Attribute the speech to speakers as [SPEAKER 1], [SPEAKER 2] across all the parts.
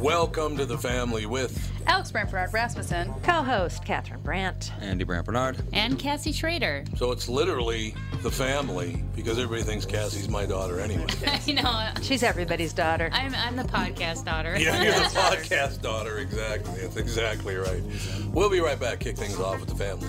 [SPEAKER 1] Welcome to the family with
[SPEAKER 2] Alex Branford Rasmussen.
[SPEAKER 3] Co-host Catherine Brandt.
[SPEAKER 4] Andy Brandt Bernard.
[SPEAKER 5] And Cassie Schrader.
[SPEAKER 1] So it's literally the family because everybody thinks Cassie's my daughter anyway.
[SPEAKER 5] I know.
[SPEAKER 3] She's everybody's daughter.
[SPEAKER 5] I'm, I'm the podcast daughter.
[SPEAKER 1] Yeah, you're the podcast daughter. Exactly. That's exactly right. We'll be right back. Kick things off with the family.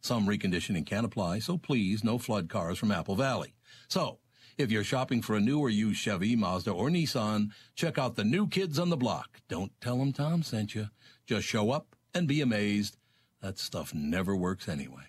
[SPEAKER 1] Some reconditioning can apply, so please no flood cars from Apple Valley. So, if you're shopping for a new or used Chevy, Mazda, or Nissan, check out the new kids on the block. Don't tell them Tom sent you. Just show up and be amazed. That stuff never works anyway.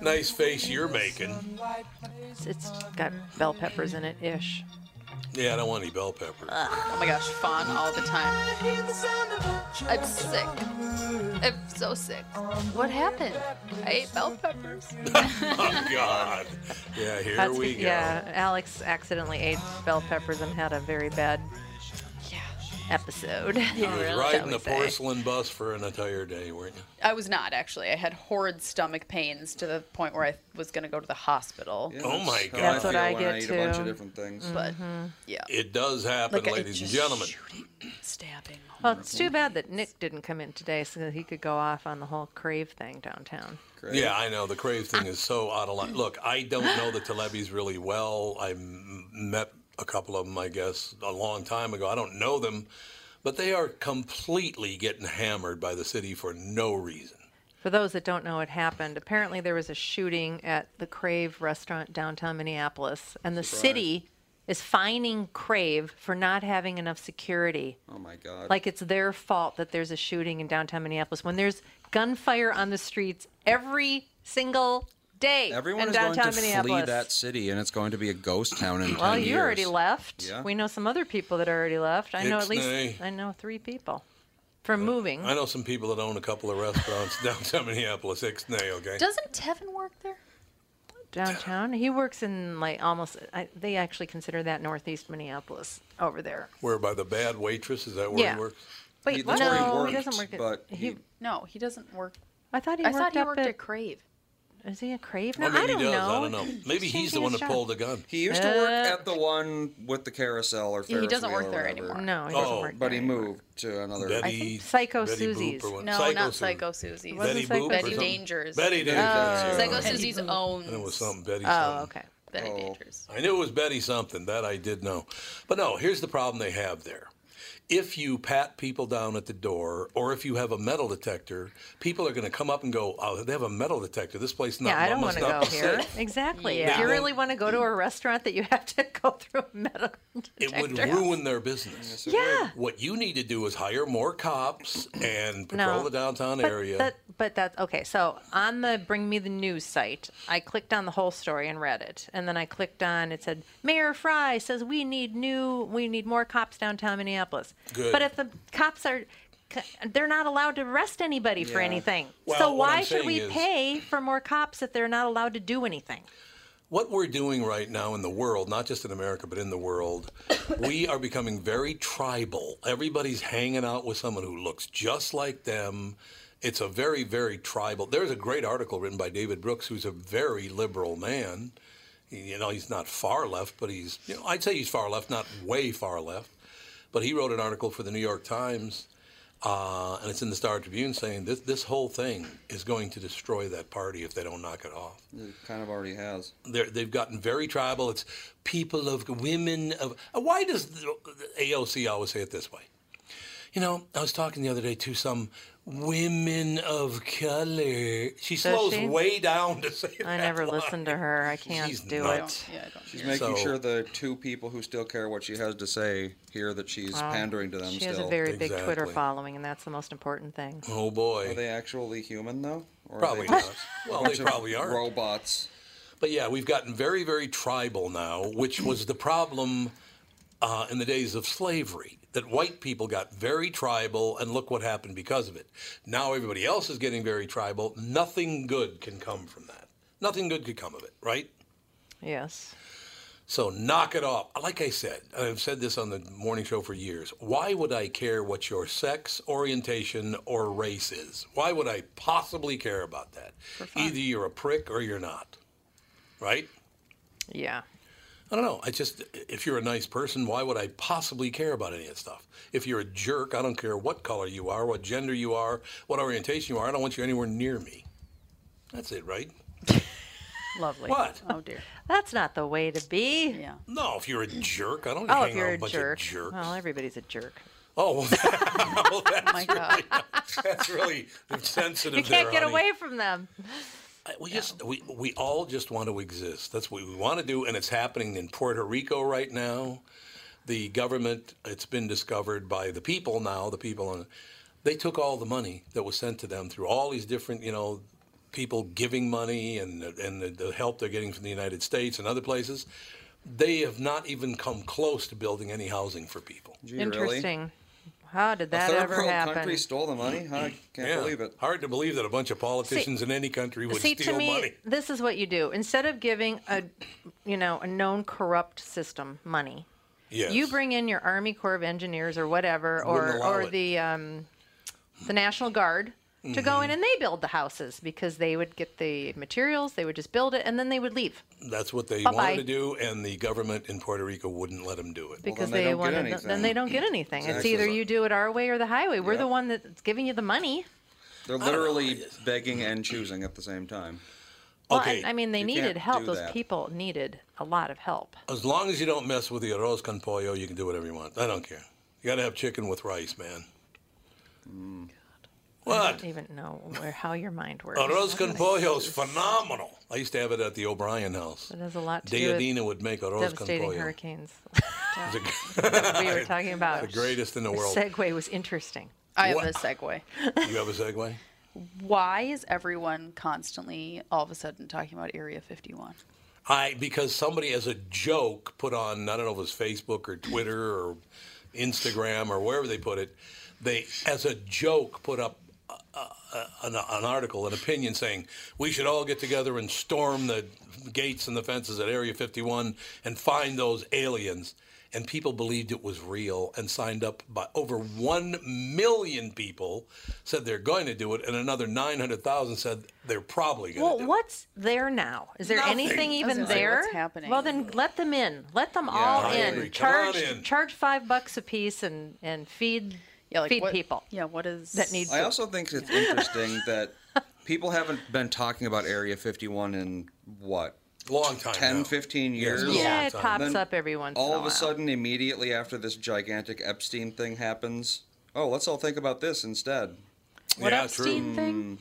[SPEAKER 1] Nice face you're making.
[SPEAKER 3] It's- it's got bell peppers in it ish.
[SPEAKER 1] Yeah, I don't want any bell pepper.
[SPEAKER 2] Oh my gosh, fawn all the time. I'm sick. I'm so sick.
[SPEAKER 3] What happened?
[SPEAKER 2] I ate bell peppers.
[SPEAKER 1] oh, God. Yeah, here
[SPEAKER 3] That's
[SPEAKER 1] we
[SPEAKER 3] be-
[SPEAKER 1] go.
[SPEAKER 3] Yeah, Alex accidentally ate bell peppers and had a very bad episode.
[SPEAKER 1] You was
[SPEAKER 5] really?
[SPEAKER 1] riding
[SPEAKER 3] Shall
[SPEAKER 1] the
[SPEAKER 3] we say.
[SPEAKER 1] porcelain bus for an entire day, weren't you?
[SPEAKER 2] I was not actually. I had horrid stomach pains to the point where I was going to go to the hospital.
[SPEAKER 1] Oh, my
[SPEAKER 4] how
[SPEAKER 1] God.
[SPEAKER 3] That's what
[SPEAKER 4] feel
[SPEAKER 3] I
[SPEAKER 4] when
[SPEAKER 3] get
[SPEAKER 4] eat a
[SPEAKER 3] too.
[SPEAKER 4] bunch
[SPEAKER 3] Mm.
[SPEAKER 4] of different things.
[SPEAKER 2] But yeah,
[SPEAKER 1] It does happen,
[SPEAKER 2] Like, I-
[SPEAKER 1] ladies and
[SPEAKER 2] just
[SPEAKER 1] gentlemen.
[SPEAKER 2] shooting, stabbing.
[SPEAKER 3] Well, it's too bad that Nick didn't come in today so that he could go off on the whole crave thing downtown.
[SPEAKER 4] Great.
[SPEAKER 1] Yeah, I know. The Crave thing is so out of line. Look, I don't know the Telebis really well. I m- met a couple of them, I guess, a long time ago. I don't know them, but they are completely getting hammered by the city for no reason.
[SPEAKER 3] For those that don't know what happened, apparently there was a shooting at the Crave restaurant downtown Minneapolis, and the city is fining Crave for not having enough security.
[SPEAKER 4] Oh my God.
[SPEAKER 3] Like it's their fault that there's a shooting in downtown Minneapolis when there's gunfire on the streets every single day
[SPEAKER 4] everyone
[SPEAKER 3] in
[SPEAKER 4] is going
[SPEAKER 3] downtown
[SPEAKER 4] to
[SPEAKER 3] Minneapolis.
[SPEAKER 4] flee that city, and it's going to be a ghost town in
[SPEAKER 3] well,
[SPEAKER 4] 10
[SPEAKER 3] you already
[SPEAKER 4] years.
[SPEAKER 3] left.
[SPEAKER 4] Yeah.
[SPEAKER 3] We know some other people that already left. I know at least
[SPEAKER 1] Ixnay.
[SPEAKER 3] I know three people from moving.
[SPEAKER 1] I know some people that own a couple of restaurants downtown Minneapolis, Ixnay, okay?
[SPEAKER 2] Doesn't Tevin work there?
[SPEAKER 3] downtown. He works in like almost. I, they actually consider that northeast Minneapolis over there.
[SPEAKER 1] Where by the bad waitress, is that where
[SPEAKER 3] Yeah.
[SPEAKER 1] he works?
[SPEAKER 3] Wait,
[SPEAKER 4] He- that's
[SPEAKER 3] no,
[SPEAKER 4] where he
[SPEAKER 3] he
[SPEAKER 4] worked,
[SPEAKER 3] doesn't work. At,
[SPEAKER 4] but
[SPEAKER 3] he,
[SPEAKER 4] he-
[SPEAKER 2] No, he doesn't work.
[SPEAKER 3] I thought he
[SPEAKER 2] I
[SPEAKER 3] worked
[SPEAKER 2] thought he
[SPEAKER 3] up
[SPEAKER 2] worked
[SPEAKER 3] at,
[SPEAKER 2] at Crave.
[SPEAKER 3] Is he a crave now?
[SPEAKER 1] Well, maybe
[SPEAKER 3] I don't
[SPEAKER 1] he does.
[SPEAKER 3] know.
[SPEAKER 1] I don't know. Maybe he's the
[SPEAKER 3] changing
[SPEAKER 1] one
[SPEAKER 3] his
[SPEAKER 1] that
[SPEAKER 3] job.
[SPEAKER 1] pulled the gun.
[SPEAKER 4] He used to work
[SPEAKER 3] Uh,
[SPEAKER 4] at the one with the carousel or
[SPEAKER 2] Yeah, he
[SPEAKER 4] Ferris
[SPEAKER 2] doesn't work
[SPEAKER 4] wheel or
[SPEAKER 2] there
[SPEAKER 4] whatever.
[SPEAKER 2] anymore.
[SPEAKER 3] No, he doesn't
[SPEAKER 1] Oh,
[SPEAKER 3] work there
[SPEAKER 4] But he
[SPEAKER 3] anymore.
[SPEAKER 4] moved to another.
[SPEAKER 1] Betty,
[SPEAKER 3] think Psycho
[SPEAKER 1] Betty
[SPEAKER 3] Susie's.
[SPEAKER 1] Boop or what-
[SPEAKER 2] No, not
[SPEAKER 1] Susie.
[SPEAKER 2] Psycho Susie's.
[SPEAKER 3] Wasn't
[SPEAKER 1] Betty
[SPEAKER 3] Psycho
[SPEAKER 1] Boop or
[SPEAKER 3] Betty
[SPEAKER 1] something?
[SPEAKER 2] Dangers.
[SPEAKER 1] Betty Dangers.
[SPEAKER 2] Psycho
[SPEAKER 1] yeah.
[SPEAKER 2] Susie's owns.
[SPEAKER 1] And it was something Betty
[SPEAKER 3] Oh,
[SPEAKER 1] something.
[SPEAKER 3] okay.
[SPEAKER 2] Betty
[SPEAKER 4] Oh.
[SPEAKER 2] Dangers.
[SPEAKER 1] I knew it was Betty something. That I did know. But no, here's the problem they have there. If you pat people down at the door, or if you have a metal detector, people are going to come up and go, "Oh, they have a metal detector. This place not
[SPEAKER 3] Yeah, I don't want
[SPEAKER 1] must
[SPEAKER 3] to
[SPEAKER 1] not
[SPEAKER 3] go
[SPEAKER 1] be
[SPEAKER 3] here.
[SPEAKER 1] safe."
[SPEAKER 3] Exactly. If
[SPEAKER 1] Yeah.
[SPEAKER 3] you really want to go to a restaurant that you have to go through a metal
[SPEAKER 1] It
[SPEAKER 3] detector,
[SPEAKER 1] would ruin their business.
[SPEAKER 3] yeah.
[SPEAKER 1] What you need to do is hire more cops and patrol
[SPEAKER 3] No.
[SPEAKER 1] the downtown
[SPEAKER 3] But
[SPEAKER 1] area.
[SPEAKER 3] That, but that okay. So on the Bring Me the News site, I clicked on the whole story and read it, and then I clicked on it said Mayor Fry says we need new, we need more cops downtown Minneapolis.
[SPEAKER 1] Good.
[SPEAKER 3] But if the cops are, they're not allowed to arrest anybody for
[SPEAKER 4] Yeah.
[SPEAKER 3] anything.
[SPEAKER 1] Well,
[SPEAKER 3] so
[SPEAKER 1] what I'm
[SPEAKER 3] why should
[SPEAKER 1] saying
[SPEAKER 3] we
[SPEAKER 1] is-
[SPEAKER 3] pay for more cops if they're not allowed to do anything?
[SPEAKER 1] what we're doing right now in the world, not just in America, but in the world, we are becoming very tribal. Everybody's hanging out with someone who looks just like them. It's a very, very tribal. There's a great article written by David Brooks, who's a very liberal man. You know, he's not far left, but he's, you know, I'd say he's far left, not way far left. But he wrote an article for the New York Times, uh, and it's in the Star Tribune saying this, this whole thing is going to destroy that party if they don't knock it off
[SPEAKER 4] It kind of already has.
[SPEAKER 1] they're, they've gotten very tribal. It's people of women of. uh, Why does the AOC always say it this way? You know, I was talking the other day to some women of color. She slows
[SPEAKER 3] she?
[SPEAKER 1] way down to say that
[SPEAKER 3] I never
[SPEAKER 1] line.
[SPEAKER 3] listened to her. I can't
[SPEAKER 1] She's
[SPEAKER 3] do
[SPEAKER 1] nuts.
[SPEAKER 3] it.
[SPEAKER 2] Yeah, I don't
[SPEAKER 4] She's
[SPEAKER 1] So-
[SPEAKER 4] making sure the two people who still care what she has to say hear that she's pandering to them
[SPEAKER 3] She
[SPEAKER 4] still.
[SPEAKER 3] has a very big Twitter
[SPEAKER 1] Exactly.
[SPEAKER 3] following, and that's the most important thing.
[SPEAKER 1] Oh
[SPEAKER 4] Are
[SPEAKER 1] boy,
[SPEAKER 4] they actually human though? Or are
[SPEAKER 1] probably
[SPEAKER 4] they just
[SPEAKER 1] not.
[SPEAKER 4] a
[SPEAKER 1] Well, they
[SPEAKER 4] bunch of
[SPEAKER 1] probably are.
[SPEAKER 4] Robots.
[SPEAKER 1] But yeah, we've gotten very, very tribal now, which was the problem uh, in the days of slavery. That white people got very tribal, and look what happened because of it. Now everybody else is getting very tribal. Nothing good can come from that. Nothing good could come of it, right?
[SPEAKER 3] Yes.
[SPEAKER 1] So knock it off. Like I said, and I've said this on the morning show for years. Why would I care what your sex, orientation, or race is? Why would I possibly care about that? Either you're a prick or you're not, right?
[SPEAKER 3] Yeah.
[SPEAKER 1] I don't know. I just, if you're a nice person, why would I possibly care about any of that stuff? If you're a jerk, I don't care what color you are, what gender you are, what orientation you are. I don't want you anywhere near me. That's it, right?
[SPEAKER 2] Lovely.
[SPEAKER 1] What?
[SPEAKER 2] Oh dear.
[SPEAKER 3] That's not the way to be.
[SPEAKER 2] Yeah.
[SPEAKER 1] No, if you're a jerk, I don't
[SPEAKER 3] Oh,
[SPEAKER 1] hang
[SPEAKER 3] if you're
[SPEAKER 1] around
[SPEAKER 3] a
[SPEAKER 1] a bunch
[SPEAKER 3] jerk.
[SPEAKER 1] of jerks.
[SPEAKER 3] Well, everybody's a jerk.
[SPEAKER 1] oh, well, that- well, that's,
[SPEAKER 2] My God.
[SPEAKER 1] that's really sensitive.
[SPEAKER 3] You can't
[SPEAKER 1] there,
[SPEAKER 3] get
[SPEAKER 1] honey.
[SPEAKER 3] away from them.
[SPEAKER 1] I- We just we, we all just want to exist. That's what we want to do, and it's happening in Puerto Rico right now. The government, it's been discovered by the people now. The people on, they took all the money that was sent to them through all these different, you know, people giving money and and the, the help they're getting from the United States and other places. They have not even come close to building any housing for people.
[SPEAKER 4] Gee, Really?
[SPEAKER 3] Interesting. How did
[SPEAKER 4] A
[SPEAKER 3] that
[SPEAKER 4] third
[SPEAKER 3] ever
[SPEAKER 4] world
[SPEAKER 3] happen?
[SPEAKER 4] country stole the money? Huh, I can't believe it.
[SPEAKER 1] Hard to believe that a bunch of politicians in any country would
[SPEAKER 3] See,
[SPEAKER 1] steal
[SPEAKER 3] to me,
[SPEAKER 1] money.
[SPEAKER 3] this is what you do. Instead of giving a, you know, a known corrupt system money,
[SPEAKER 1] Yes.
[SPEAKER 3] you bring in your Army Corps of Engineers or whatever, or
[SPEAKER 1] Wouldn't allow
[SPEAKER 3] or
[SPEAKER 1] it.
[SPEAKER 3] the um, the National Guard to go
[SPEAKER 1] Mm-hmm.
[SPEAKER 3] in and they build the houses because they would get the materials, they would just build it, and then they would leave
[SPEAKER 1] That's what they
[SPEAKER 3] Bye-bye.
[SPEAKER 1] wanted to do, and the government in Puerto Rico wouldn't let them do it.
[SPEAKER 3] because
[SPEAKER 4] then they
[SPEAKER 3] they,
[SPEAKER 4] don't
[SPEAKER 3] wanted
[SPEAKER 4] get
[SPEAKER 3] them- then they
[SPEAKER 4] anything.
[SPEAKER 3] don't get anything. It's
[SPEAKER 4] Exactly.
[SPEAKER 3] either you do it our way or the highway. We're
[SPEAKER 4] Yep.
[SPEAKER 3] the one that's giving you the money.
[SPEAKER 4] They're literally begging and choosing at the same time.
[SPEAKER 3] Well,
[SPEAKER 1] okay,
[SPEAKER 3] I, I mean, they
[SPEAKER 4] You
[SPEAKER 3] needed
[SPEAKER 4] can't
[SPEAKER 3] help.
[SPEAKER 4] do
[SPEAKER 3] Those
[SPEAKER 4] that.
[SPEAKER 3] people needed a lot of help.
[SPEAKER 1] as long as you don't mess with the arroz con pollo, you can do whatever you want. I don't care. You got to have chicken with rice, man.
[SPEAKER 3] I
[SPEAKER 1] What?
[SPEAKER 3] don't even know where, how your mind works.
[SPEAKER 1] Arroz con pollo is phenomenal. I used to have it at the O'Brien house.
[SPEAKER 3] It has a lot to do
[SPEAKER 1] Deodina would make
[SPEAKER 3] with
[SPEAKER 1] arroz con
[SPEAKER 3] devastating
[SPEAKER 1] pollo.
[SPEAKER 3] hurricanes
[SPEAKER 1] It's
[SPEAKER 3] we were talking about.
[SPEAKER 1] the greatest in the world.
[SPEAKER 3] segue was interesting.
[SPEAKER 2] I have
[SPEAKER 1] What?
[SPEAKER 2] a segue.
[SPEAKER 1] You have a segue?
[SPEAKER 2] Why is everyone constantly all of a sudden talking about Area 51?
[SPEAKER 1] I because somebody as a joke put on I don't know if it was Facebook or Twitter or Instagram or wherever they put it, they as a joke put up uh, uh, an, an article, an opinion saying we should all get together and storm the gates and the fences at Area 51 and find those aliens. And people believed it was real and signed up by over 1 million people said they're going to do it, and another 900,000 said they're probably going
[SPEAKER 3] Well,
[SPEAKER 1] to do
[SPEAKER 3] what's there now? Is there
[SPEAKER 1] Nothing.
[SPEAKER 3] anything even
[SPEAKER 2] gonna say,
[SPEAKER 3] there?
[SPEAKER 2] what's happening?
[SPEAKER 3] Well, then let them in. Let them all
[SPEAKER 1] I
[SPEAKER 3] in.
[SPEAKER 1] agree. Come on
[SPEAKER 3] Charge
[SPEAKER 1] in.
[SPEAKER 3] charge five bucks a piece and and feed
[SPEAKER 2] Yeah, like
[SPEAKER 3] feed
[SPEAKER 2] what,
[SPEAKER 3] people.
[SPEAKER 2] Yeah, what is
[SPEAKER 3] That need-
[SPEAKER 4] I also think it's interesting that people haven't been talking about Area 51 in what?
[SPEAKER 1] Long time.
[SPEAKER 4] 10,
[SPEAKER 1] now.
[SPEAKER 4] 15
[SPEAKER 1] Yeah, it's
[SPEAKER 4] years.
[SPEAKER 1] been a long
[SPEAKER 3] Yeah, it
[SPEAKER 1] time.
[SPEAKER 3] pops
[SPEAKER 4] Then
[SPEAKER 3] up every once in
[SPEAKER 4] all
[SPEAKER 3] a
[SPEAKER 4] of
[SPEAKER 3] while.
[SPEAKER 4] a sudden immediately after this gigantic epstein thing happens oh let's all think about this instead
[SPEAKER 3] what
[SPEAKER 1] yeah,
[SPEAKER 3] Epstein
[SPEAKER 1] true. Mm,
[SPEAKER 3] thing?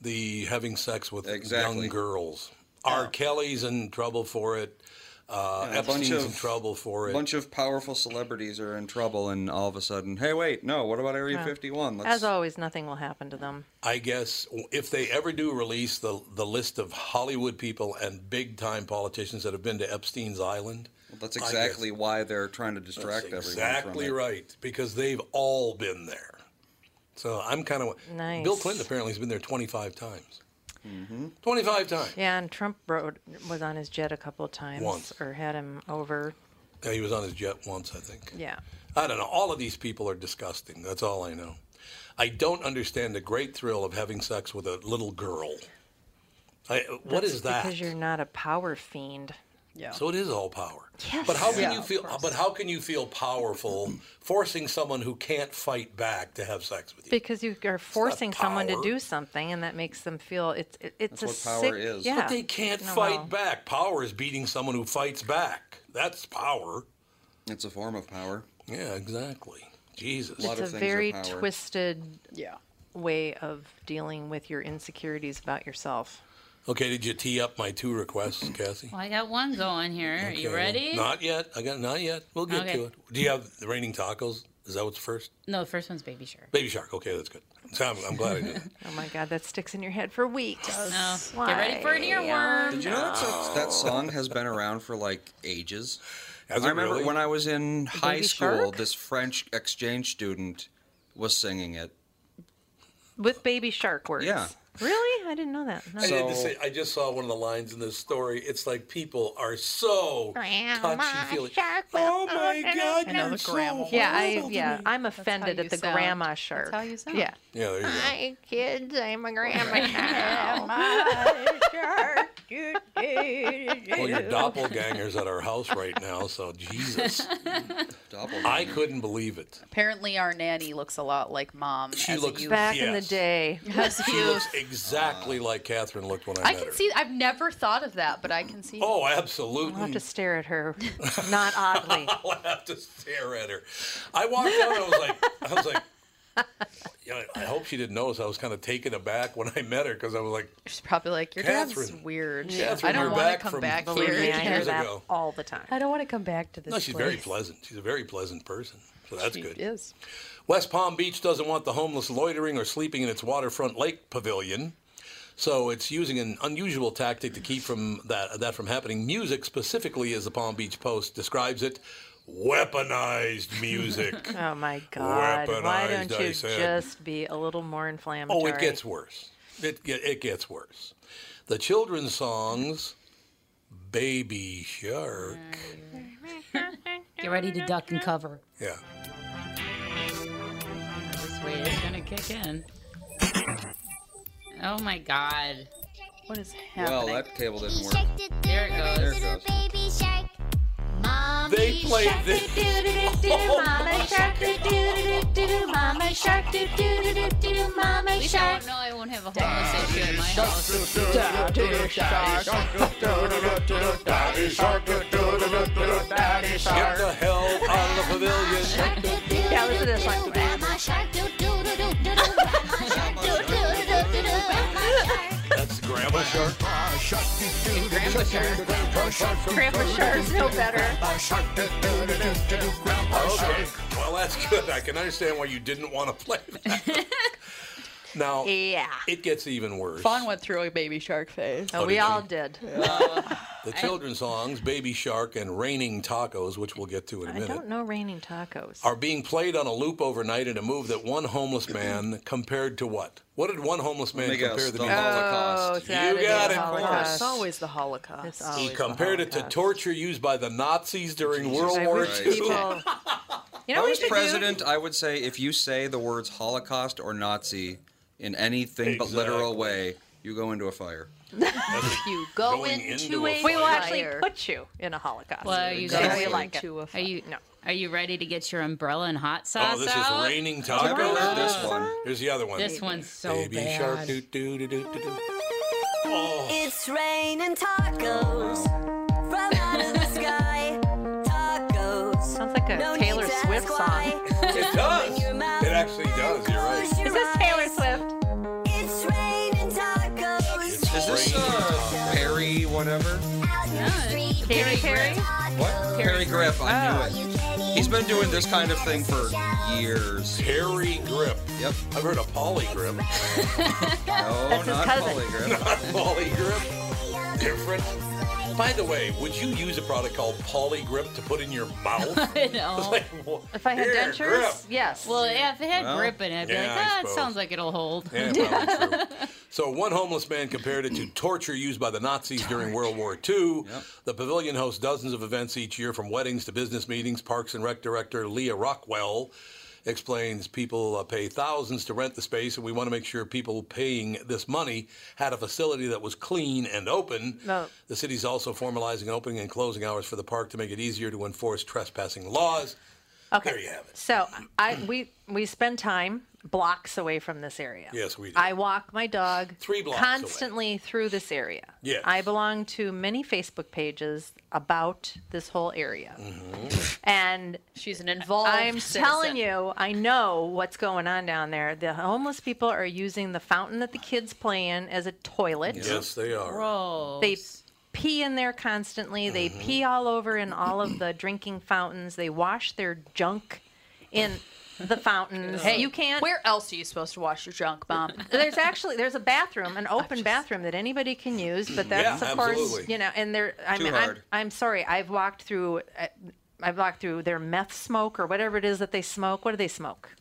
[SPEAKER 1] The having sex with
[SPEAKER 4] Exactly.
[SPEAKER 1] young girls.
[SPEAKER 3] Oh.
[SPEAKER 1] R. Kelly's in trouble for it. Uh,
[SPEAKER 4] Yeah, a bunch
[SPEAKER 1] Epstein's
[SPEAKER 4] of-
[SPEAKER 1] in trouble for
[SPEAKER 4] a
[SPEAKER 1] it.
[SPEAKER 4] bunch of powerful celebrities are in trouble and all of a sudden hey wait no what about area 51
[SPEAKER 3] As always, nothing will happen to them.
[SPEAKER 1] I guess if they ever do release the the list of Hollywood people and big time politicians that have been to Epstein's island,
[SPEAKER 4] that's
[SPEAKER 1] I guess
[SPEAKER 4] exactly why they're trying to
[SPEAKER 1] that's
[SPEAKER 4] distract
[SPEAKER 1] exactly
[SPEAKER 4] everyone
[SPEAKER 1] right because they've all been there. So I'm kind of
[SPEAKER 3] Nice.
[SPEAKER 1] Bill Clinton apparently has been there 25 times.
[SPEAKER 4] Mm-hmm.
[SPEAKER 1] 25 times.
[SPEAKER 3] Yeah, and Trump rode, was on his jet a couple of times,
[SPEAKER 1] Once.
[SPEAKER 3] or had him over.
[SPEAKER 1] Yeah, he was on his jet once, I think.
[SPEAKER 3] Yeah.
[SPEAKER 1] I don't know. All of these people are disgusting. That's all I know. I don't understand the great thrill of having sex with a little girl. I, what
[SPEAKER 3] That's
[SPEAKER 1] is that?
[SPEAKER 3] Because you're not a power fiend.
[SPEAKER 2] Yeah.
[SPEAKER 1] So it is all power. But how can
[SPEAKER 2] Yeah,
[SPEAKER 1] you
[SPEAKER 2] of
[SPEAKER 1] feel? But how can you feel powerful forcing someone who can't fight back to have sex with you?
[SPEAKER 3] Because you are forcing someone to
[SPEAKER 1] power.
[SPEAKER 3] do something, and that makes them feel it's it, it's
[SPEAKER 4] That's
[SPEAKER 3] a
[SPEAKER 4] what
[SPEAKER 3] sick.
[SPEAKER 4] power is. But
[SPEAKER 3] Yeah.
[SPEAKER 1] But they can't
[SPEAKER 3] No,
[SPEAKER 1] fight
[SPEAKER 3] no.
[SPEAKER 1] back. Power is beating someone who fights back. That's power.
[SPEAKER 4] it's a form of power
[SPEAKER 1] Yeah, exactly. Jesus.
[SPEAKER 4] A lot
[SPEAKER 3] It's
[SPEAKER 4] of
[SPEAKER 3] a
[SPEAKER 4] things are
[SPEAKER 3] very
[SPEAKER 4] power.
[SPEAKER 3] twisted
[SPEAKER 2] Yeah.
[SPEAKER 3] way of dealing with your insecurities about yourself.
[SPEAKER 1] Okay, did you tee up my two requests, Cassie?
[SPEAKER 5] Well, I got one going here. Are
[SPEAKER 1] Okay,
[SPEAKER 5] you
[SPEAKER 1] well,
[SPEAKER 5] ready?
[SPEAKER 1] Not yet. I got not yet. We'll get
[SPEAKER 5] Okay.
[SPEAKER 1] to it. Do you have the raining tacos? Is that what's first?
[SPEAKER 5] No, the first one's Baby Shark.
[SPEAKER 1] Baby shark. Okay, that's good. So I'm, I'm glad I did. that.
[SPEAKER 3] Oh my God, that sticks in your head for weeks.
[SPEAKER 5] No. Get ready for an earworm.
[SPEAKER 4] Did you know that's a- that song has been around for like ages
[SPEAKER 1] Has
[SPEAKER 4] I
[SPEAKER 1] it
[SPEAKER 4] remember
[SPEAKER 1] really?
[SPEAKER 4] when I was in high
[SPEAKER 3] Baby
[SPEAKER 4] school,
[SPEAKER 3] Shark?
[SPEAKER 4] this French exchange student was singing it.
[SPEAKER 3] With baby shark words.
[SPEAKER 4] Yeah.
[SPEAKER 3] Really? I didn't know that. No.
[SPEAKER 1] I, did the
[SPEAKER 4] So-
[SPEAKER 1] same- I just saw one of the lines in this story. It's like people are so touchy feely. Oh my God!
[SPEAKER 2] Another
[SPEAKER 1] you're so
[SPEAKER 2] grandma.
[SPEAKER 3] yeah, I
[SPEAKER 1] horrible to
[SPEAKER 3] yeah,
[SPEAKER 1] me.
[SPEAKER 3] I'm offended
[SPEAKER 2] you
[SPEAKER 3] at the
[SPEAKER 2] sound.
[SPEAKER 3] grandma
[SPEAKER 2] That's
[SPEAKER 3] shark.
[SPEAKER 2] how you sound.
[SPEAKER 3] Yeah.
[SPEAKER 1] Yeah, there you go.
[SPEAKER 3] Hi kids, I'm a grandma
[SPEAKER 1] Well, your doppelganger's at our house right now, so Jesus,
[SPEAKER 4] Doppelganger.
[SPEAKER 1] I couldn't believe it.
[SPEAKER 2] Apparently, our nanny looks a lot like mom.
[SPEAKER 1] She
[SPEAKER 2] as
[SPEAKER 1] looks
[SPEAKER 2] a youth.
[SPEAKER 3] Back in the
[SPEAKER 1] Yes.
[SPEAKER 3] day.
[SPEAKER 2] As a
[SPEAKER 1] She
[SPEAKER 2] youth.
[SPEAKER 1] looks exactly like Catherine looked when I,
[SPEAKER 2] I
[SPEAKER 1] met
[SPEAKER 2] can
[SPEAKER 1] her.
[SPEAKER 2] see. I've never thought of that, but I can see.
[SPEAKER 1] Oh,
[SPEAKER 3] I'll have
[SPEAKER 1] absolutely.
[SPEAKER 3] to stare at her. Not oddly.
[SPEAKER 1] I'll have to stare at her. I walked out. I was like, I was like, you know, I hope she didn't notice. I was kind of taken aback when I met her because I was like,
[SPEAKER 2] She's probably like, your dad's
[SPEAKER 1] Catherine.
[SPEAKER 2] weird.
[SPEAKER 1] Catherine,
[SPEAKER 2] I don't
[SPEAKER 1] you're
[SPEAKER 2] want
[SPEAKER 1] back
[SPEAKER 2] to come
[SPEAKER 1] from
[SPEAKER 2] back
[SPEAKER 1] Believe
[SPEAKER 2] here.
[SPEAKER 1] me,
[SPEAKER 3] Yeah, I hear
[SPEAKER 1] years
[SPEAKER 3] that
[SPEAKER 1] ago.
[SPEAKER 3] all the time.
[SPEAKER 2] I don't want to come back to this.
[SPEAKER 1] no, she's very
[SPEAKER 2] place.
[SPEAKER 1] pleasant. She's a very pleasant person, so that's
[SPEAKER 2] She
[SPEAKER 1] good.
[SPEAKER 2] is.
[SPEAKER 1] West Palm Beach doesn't want the homeless loitering or sleeping in its waterfront lake pavilion. So it's using an unusual tactic to keep from that that from happening. Music specifically, as the Palm Beach Post describes it, weaponized music.
[SPEAKER 3] Oh my God! Why
[SPEAKER 1] Weaponized,
[SPEAKER 3] don't
[SPEAKER 1] I
[SPEAKER 3] you
[SPEAKER 1] said.
[SPEAKER 3] just be a little more
[SPEAKER 1] Oh,
[SPEAKER 3] inflammatory?
[SPEAKER 1] it gets worse. It get, it gets worse. The children's songs, "Baby Shark,"
[SPEAKER 3] Mm.
[SPEAKER 5] Get ready to duck and cover.
[SPEAKER 1] yeah,
[SPEAKER 5] This way it's gonna kick in. Oh my god.
[SPEAKER 2] What is
[SPEAKER 4] well,
[SPEAKER 2] happening?
[SPEAKER 4] that table didn't work.
[SPEAKER 5] There
[SPEAKER 4] There
[SPEAKER 5] it goes.
[SPEAKER 4] it goes.
[SPEAKER 6] Baby shark. Mommy
[SPEAKER 1] They play
[SPEAKER 6] shark,
[SPEAKER 1] this-
[SPEAKER 6] doo-doo-doo-doo-doo, mama shark, doo-doo-doo-doo-doo, mama shark, doo-doo-doo-doo-doo, mama
[SPEAKER 5] At least I
[SPEAKER 6] shark.
[SPEAKER 5] won't know Oh, I won't have a homeless issue at my house.
[SPEAKER 1] get the hell out of the pavilion.
[SPEAKER 3] Yeah, listen to this one.
[SPEAKER 6] Mama shark, doo-doo-doo-doo-doo, mama shark, doo-doo-doo-doo-doo, mama shark.
[SPEAKER 1] That's Grandma Shark.
[SPEAKER 5] Grandpa Shark.
[SPEAKER 3] Grandpa Shark, no better.
[SPEAKER 1] Okay, well that's good. I can understand why you didn't want to play that. now
[SPEAKER 3] Yeah.
[SPEAKER 1] it gets even worse.
[SPEAKER 2] Fawn went through a baby shark phase.
[SPEAKER 3] Oh, we all did.
[SPEAKER 1] The children's songs, "Baby Shark" and "Raining Tacos," which we'll get to in a
[SPEAKER 3] I
[SPEAKER 1] minute.
[SPEAKER 3] don't know raining tacos.
[SPEAKER 1] are being played on a loop overnight in a move that one homeless man compared to what? What did one homeless man
[SPEAKER 4] Let me guess,
[SPEAKER 1] compare the
[SPEAKER 4] the
[SPEAKER 1] music?
[SPEAKER 3] Oh,
[SPEAKER 4] Holocaust.
[SPEAKER 3] Saturday
[SPEAKER 1] got it,
[SPEAKER 3] Holocaust.
[SPEAKER 1] of course.
[SPEAKER 2] It's always the Holocaust.
[SPEAKER 3] It's
[SPEAKER 1] He
[SPEAKER 3] always the
[SPEAKER 1] compared it to
[SPEAKER 3] Holocaust.
[SPEAKER 1] torture used by the Nazis during World
[SPEAKER 3] I
[SPEAKER 1] War Oh,
[SPEAKER 3] wish
[SPEAKER 4] Christ.
[SPEAKER 1] II.
[SPEAKER 3] people. You know
[SPEAKER 4] If I
[SPEAKER 3] what we
[SPEAKER 4] was
[SPEAKER 3] should
[SPEAKER 4] president, I would say if you say the words Holocaust or Nazi in anything but literal
[SPEAKER 1] Exactly.
[SPEAKER 4] way, you go into a fire.
[SPEAKER 2] you go
[SPEAKER 1] Going into
[SPEAKER 2] into
[SPEAKER 1] a
[SPEAKER 2] a
[SPEAKER 1] fight.
[SPEAKER 3] do? We will actually
[SPEAKER 2] fire.
[SPEAKER 3] put you in a Holocaust.
[SPEAKER 5] Well, are you
[SPEAKER 3] See how
[SPEAKER 5] guys
[SPEAKER 3] you like it.
[SPEAKER 2] into a
[SPEAKER 5] are
[SPEAKER 2] fight.
[SPEAKER 5] you
[SPEAKER 3] No.
[SPEAKER 5] are you ready to get your umbrella and hot sauce
[SPEAKER 1] Oh, this
[SPEAKER 5] out?
[SPEAKER 1] is raining
[SPEAKER 4] I've
[SPEAKER 1] tacos.
[SPEAKER 4] heard this one.
[SPEAKER 1] Here's the other one.
[SPEAKER 5] This one's so
[SPEAKER 1] Baby
[SPEAKER 5] bad.
[SPEAKER 1] shark, doo doo doo doo doo. doo. Oh,
[SPEAKER 7] It's raining tacos from out of the sky. Tacos. Sounds
[SPEAKER 3] like a Taylor Swift song.
[SPEAKER 1] It does. It actually does. You're right.
[SPEAKER 3] Is this Taylor Swift?
[SPEAKER 7] It's raining tacos.
[SPEAKER 4] Is this uh, Perry whatever?
[SPEAKER 3] Katy Perry?
[SPEAKER 4] What? Perry Grip.
[SPEAKER 3] Ah.
[SPEAKER 4] I knew it. He's been doing this kind of thing for years.
[SPEAKER 1] Perry Grip.
[SPEAKER 4] Yep.
[SPEAKER 1] I've heard of polygrip.
[SPEAKER 4] No,
[SPEAKER 3] That's his
[SPEAKER 4] not
[SPEAKER 3] cousin.
[SPEAKER 4] polygrip.
[SPEAKER 1] polygrip. Different. By the way, would you use a product called polygrip to put in your mouth?
[SPEAKER 5] I know.
[SPEAKER 1] Like, wha-
[SPEAKER 3] If I had
[SPEAKER 1] Here, grip.
[SPEAKER 3] dentures, yes.
[SPEAKER 5] Well, yeah, if it had
[SPEAKER 4] Well,
[SPEAKER 5] grip in it, I'd be
[SPEAKER 1] yeah,
[SPEAKER 5] like,
[SPEAKER 1] I
[SPEAKER 5] ah, it
[SPEAKER 1] suppose.
[SPEAKER 5] sounds like it'll hold.
[SPEAKER 1] Yeah, probably true. So one homeless man compared it to torture used by the Nazis during World War II. The pavilion hosts dozens of events each year, from weddings to business meetings. Parks and Rec director Leah Rockwell explains people uh, pay thousands to rent the space, and we want to make sure people paying this money had a facility that was clean and open.
[SPEAKER 3] No.
[SPEAKER 1] The city's also formalizing opening and closing hours for the park to make it easier to enforce trespassing laws.
[SPEAKER 3] Okay.
[SPEAKER 1] There you have it.
[SPEAKER 3] So I we we spend time blocks away from this area.
[SPEAKER 1] Yes, we do.
[SPEAKER 3] I walk my dog
[SPEAKER 1] Three blocks away.
[SPEAKER 3] constantly through this area.
[SPEAKER 1] Yes.
[SPEAKER 3] I belong to many Facebook pages about this whole area.
[SPEAKER 1] Mm-hmm.
[SPEAKER 3] And
[SPEAKER 2] She's an involved.
[SPEAKER 3] I'm
[SPEAKER 2] citizen.
[SPEAKER 3] telling you, I know what's going on down there. The homeless people are using the fountain that the kids play in as a toilet.
[SPEAKER 1] Yes, they are.
[SPEAKER 5] Gross.
[SPEAKER 3] They pee in there constantly. They pee all over in all of the drinking fountains. They wash their junk in the fountains. you can't.
[SPEAKER 2] Where else are you supposed to wash your junk, Mom?
[SPEAKER 3] there's actually there's a bathroom, an open bathroom that anybody can use, but that's
[SPEAKER 1] Yeah,
[SPEAKER 3] of course
[SPEAKER 1] absolutely.
[SPEAKER 3] you know. And there, I
[SPEAKER 4] Too
[SPEAKER 3] mean, I'm,
[SPEAKER 4] hard.
[SPEAKER 3] I'm sorry, I've walked through, uh, I've walked through their meth smoke or whatever it is that they smoke. What do they smoke?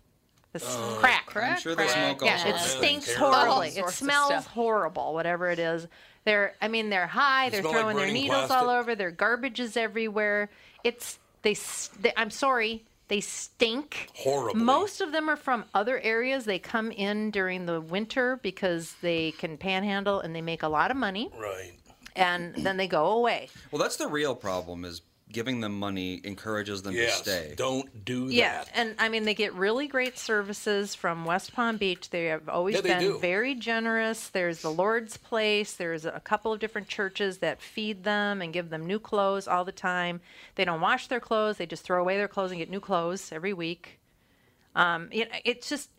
[SPEAKER 3] This crack.
[SPEAKER 4] I'm sure they smoke all
[SPEAKER 3] Yeah, it
[SPEAKER 4] sorts of things.
[SPEAKER 3] stinks
[SPEAKER 1] terrible.
[SPEAKER 3] horribly.
[SPEAKER 2] All
[SPEAKER 3] It
[SPEAKER 2] sorts of
[SPEAKER 3] smells
[SPEAKER 2] stuff.
[SPEAKER 3] horrible, whatever it is. They're, I mean, they're high. They're
[SPEAKER 1] smell like
[SPEAKER 3] throwing their
[SPEAKER 1] burning
[SPEAKER 3] needles all
[SPEAKER 1] plastic.
[SPEAKER 3] over. Their garbage is everywhere. It's they, s- they. I'm sorry, they stink.
[SPEAKER 1] Horribly.
[SPEAKER 3] Most of them are from other areas. They come in during the winter because they can panhandle and they make a lot of money,
[SPEAKER 1] Right.
[SPEAKER 3] and then they go away.
[SPEAKER 4] Well, that's the real problem is giving them money encourages them
[SPEAKER 1] Yes.
[SPEAKER 4] to stay.
[SPEAKER 1] Don't do
[SPEAKER 3] Yeah,
[SPEAKER 1] that.
[SPEAKER 3] and I mean they get really great services from West Palm Beach. They have always
[SPEAKER 1] Yeah, they
[SPEAKER 3] been
[SPEAKER 1] do.
[SPEAKER 3] very generous. There's the Lord's Place. There's a couple of different churches that feed them and give them new clothes all the time. They don't wash their clothes. They just throw away their clothes and get new clothes every week. Um, you know, it's just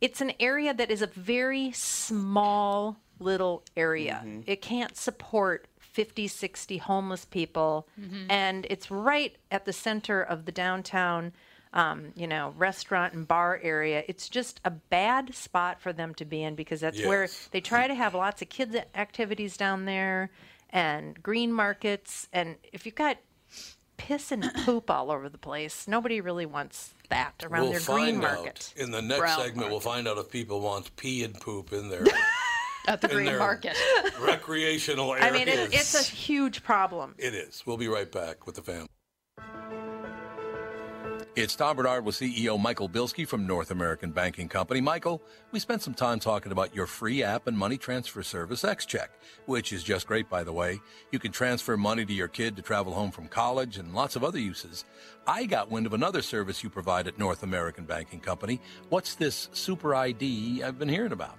[SPEAKER 3] it's an area that is a very small little area.
[SPEAKER 1] Mm-hmm.
[SPEAKER 3] It can't support 50, 60 homeless people.
[SPEAKER 1] Mm-hmm.
[SPEAKER 3] And it's right at the center of the downtown, um, you know, restaurant and bar area. It's just a bad spot for them to be in because that's where
[SPEAKER 1] Yes.
[SPEAKER 3] they try to have lots of kids' activities down there and green markets. And if you've got piss and poop all over the place, nobody really wants that around
[SPEAKER 1] We'll
[SPEAKER 3] their
[SPEAKER 1] find
[SPEAKER 3] green
[SPEAKER 1] out
[SPEAKER 3] market.
[SPEAKER 1] in the next
[SPEAKER 2] Brown
[SPEAKER 1] segment. We'll find out if people want pee and poop in their
[SPEAKER 2] At the
[SPEAKER 1] In
[SPEAKER 2] green
[SPEAKER 1] there.
[SPEAKER 2] market.
[SPEAKER 1] recreational areas.
[SPEAKER 3] I mean, it, it's a huge problem.
[SPEAKER 1] It is. We'll be right back with the family.
[SPEAKER 8] It's Tom Bernard with CEO Michael Bilski from North American Banking Company. Michael, we spent some time talking about your free app and money transfer service, XCheck, which is just great, by the way. You can transfer money to your kid to travel home from college and lots of other uses. I got wind of another service you provide at North American Banking Company. What's this Super ID I've been hearing about?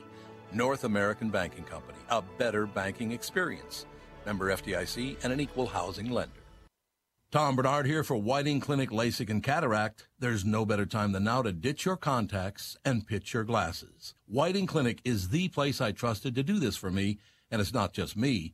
[SPEAKER 8] North American Banking Company, a better banking experience. Member FDIC and an equal housing lender. Tom Bernard here for Whiting Clinic LASIK and Cataract. There's no better time than now to ditch your contacts and pitch your glasses. Whiting Clinic is the place I trusted to do this for me, and it's not just me.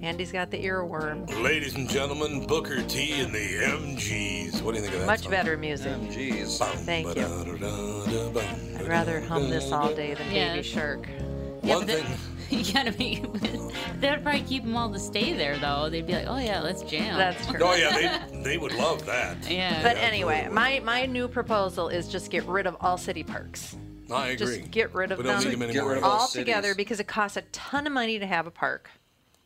[SPEAKER 3] Andy's got the earworm.
[SPEAKER 1] Ladies and gentlemen, Booker T and the MGs. What do you think of that?
[SPEAKER 3] Much
[SPEAKER 1] song?
[SPEAKER 3] better music.
[SPEAKER 4] MGs.
[SPEAKER 3] Thank you. I'd rather hum this all day than
[SPEAKER 5] Yeah.
[SPEAKER 3] Baby Shark.
[SPEAKER 5] One you gotta be. They'd probably keep them all to stay there, though. They'd be like, "Oh yeah, let's jam."
[SPEAKER 3] That's true.
[SPEAKER 1] Oh yeah, they they would love that.
[SPEAKER 5] Yeah.
[SPEAKER 3] But anyway, my, my new proposal is just get rid of all city parks.
[SPEAKER 1] I agree.
[SPEAKER 3] Just get rid of
[SPEAKER 1] We don't
[SPEAKER 3] them
[SPEAKER 1] need 'em anymore.
[SPEAKER 3] altogether because it costs a ton of money to have a park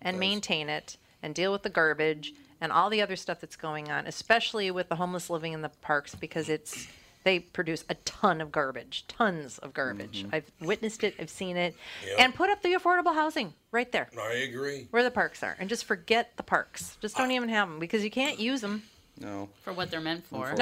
[SPEAKER 3] and maintain it and deal with the garbage and all the other stuff that's going on, especially with the homeless living in the parks because it's they produce a ton of garbage, tons of garbage. I've witnessed it, I've seen it,
[SPEAKER 1] Mm-hmm. Yep.
[SPEAKER 3] and put up the affordable housing right there
[SPEAKER 1] I agree.
[SPEAKER 3] where the parks are, and just forget the parks. Just don't even have them because you can't use them
[SPEAKER 1] No.
[SPEAKER 5] for what they're meant for.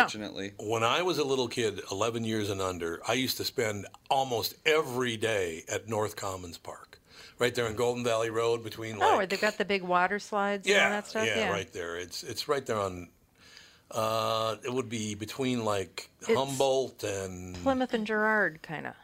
[SPEAKER 1] When I was a little kid, 11 years and under, I used to spend almost every day at North Commons Park, right there in Golden Valley Road between like
[SPEAKER 3] Oh, or they've got the big water slides and
[SPEAKER 1] yeah,
[SPEAKER 3] all that stuff.
[SPEAKER 1] yeah,
[SPEAKER 3] Yeah,
[SPEAKER 1] right there. It's it's right there on uh it would be between like
[SPEAKER 3] It's-
[SPEAKER 1] Humboldt and
[SPEAKER 3] Plymouth and Gerard, kind of,